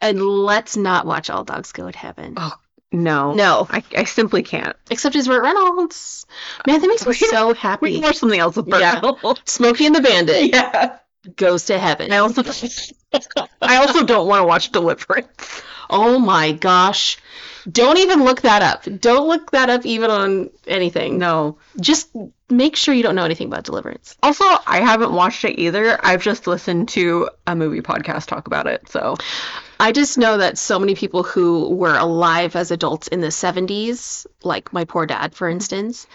And let's not watch All Dogs Go to Heaven.
Oh, No.
No.
I, I simply can't.
except it's Burt Reynolds. Man, that makes me so
We
happy.
can watch something else with Burt
Yeah.
Reynolds.
Smokey and the Bandit
Yeah.
goes to heaven.
I also I also don't want to watch Deliverance.
Oh my gosh. Don't even look that up. Don't look that up even on anything.
No.
Just make sure you don't know anything about Deliverance.
Also, I haven't watched it either. I've just listened to a movie podcast talk about it. So,
I just know that so many people who were alive as adults in the 70s, like my poor dad, for
Mm-hmm.
instance,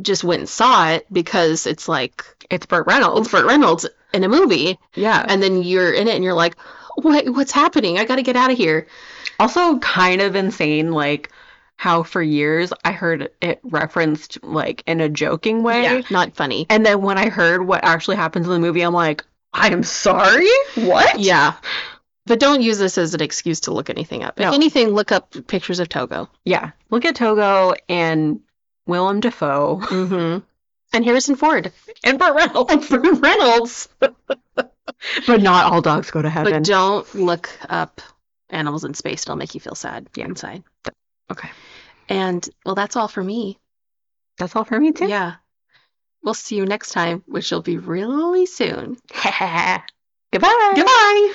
just went and saw it because it's like,
it's Burt
it's
Reynolds.
Burt Reynolds in a movie.
Yeah.
And then you're in it and you're like, what, what's happening? I got to get out of here.
Also, kind of insane, like how for years I heard it referenced like in a joking way.
Yeah, not funny.
And then when I heard what actually happens in the movie, I'm like, I am sorry? What?
Yeah. But don't use this as an excuse to look anything up.
No.
If anything, look up pictures of Togo.
Yeah. Look at Togo and Willem Dafoe
Mm-hmm. And Harrison Ford.
and Burt Reynolds,
And Burt Reynolds.
but not all dogs go to heaven.
But don't look up animals in space. It'll make you feel sad
Yeah.
inside.
Okay.
And well, that's all for me.
That's all for me too.
Yeah. We'll see you next time, which will be really soon.
Goodbye.
Goodbye.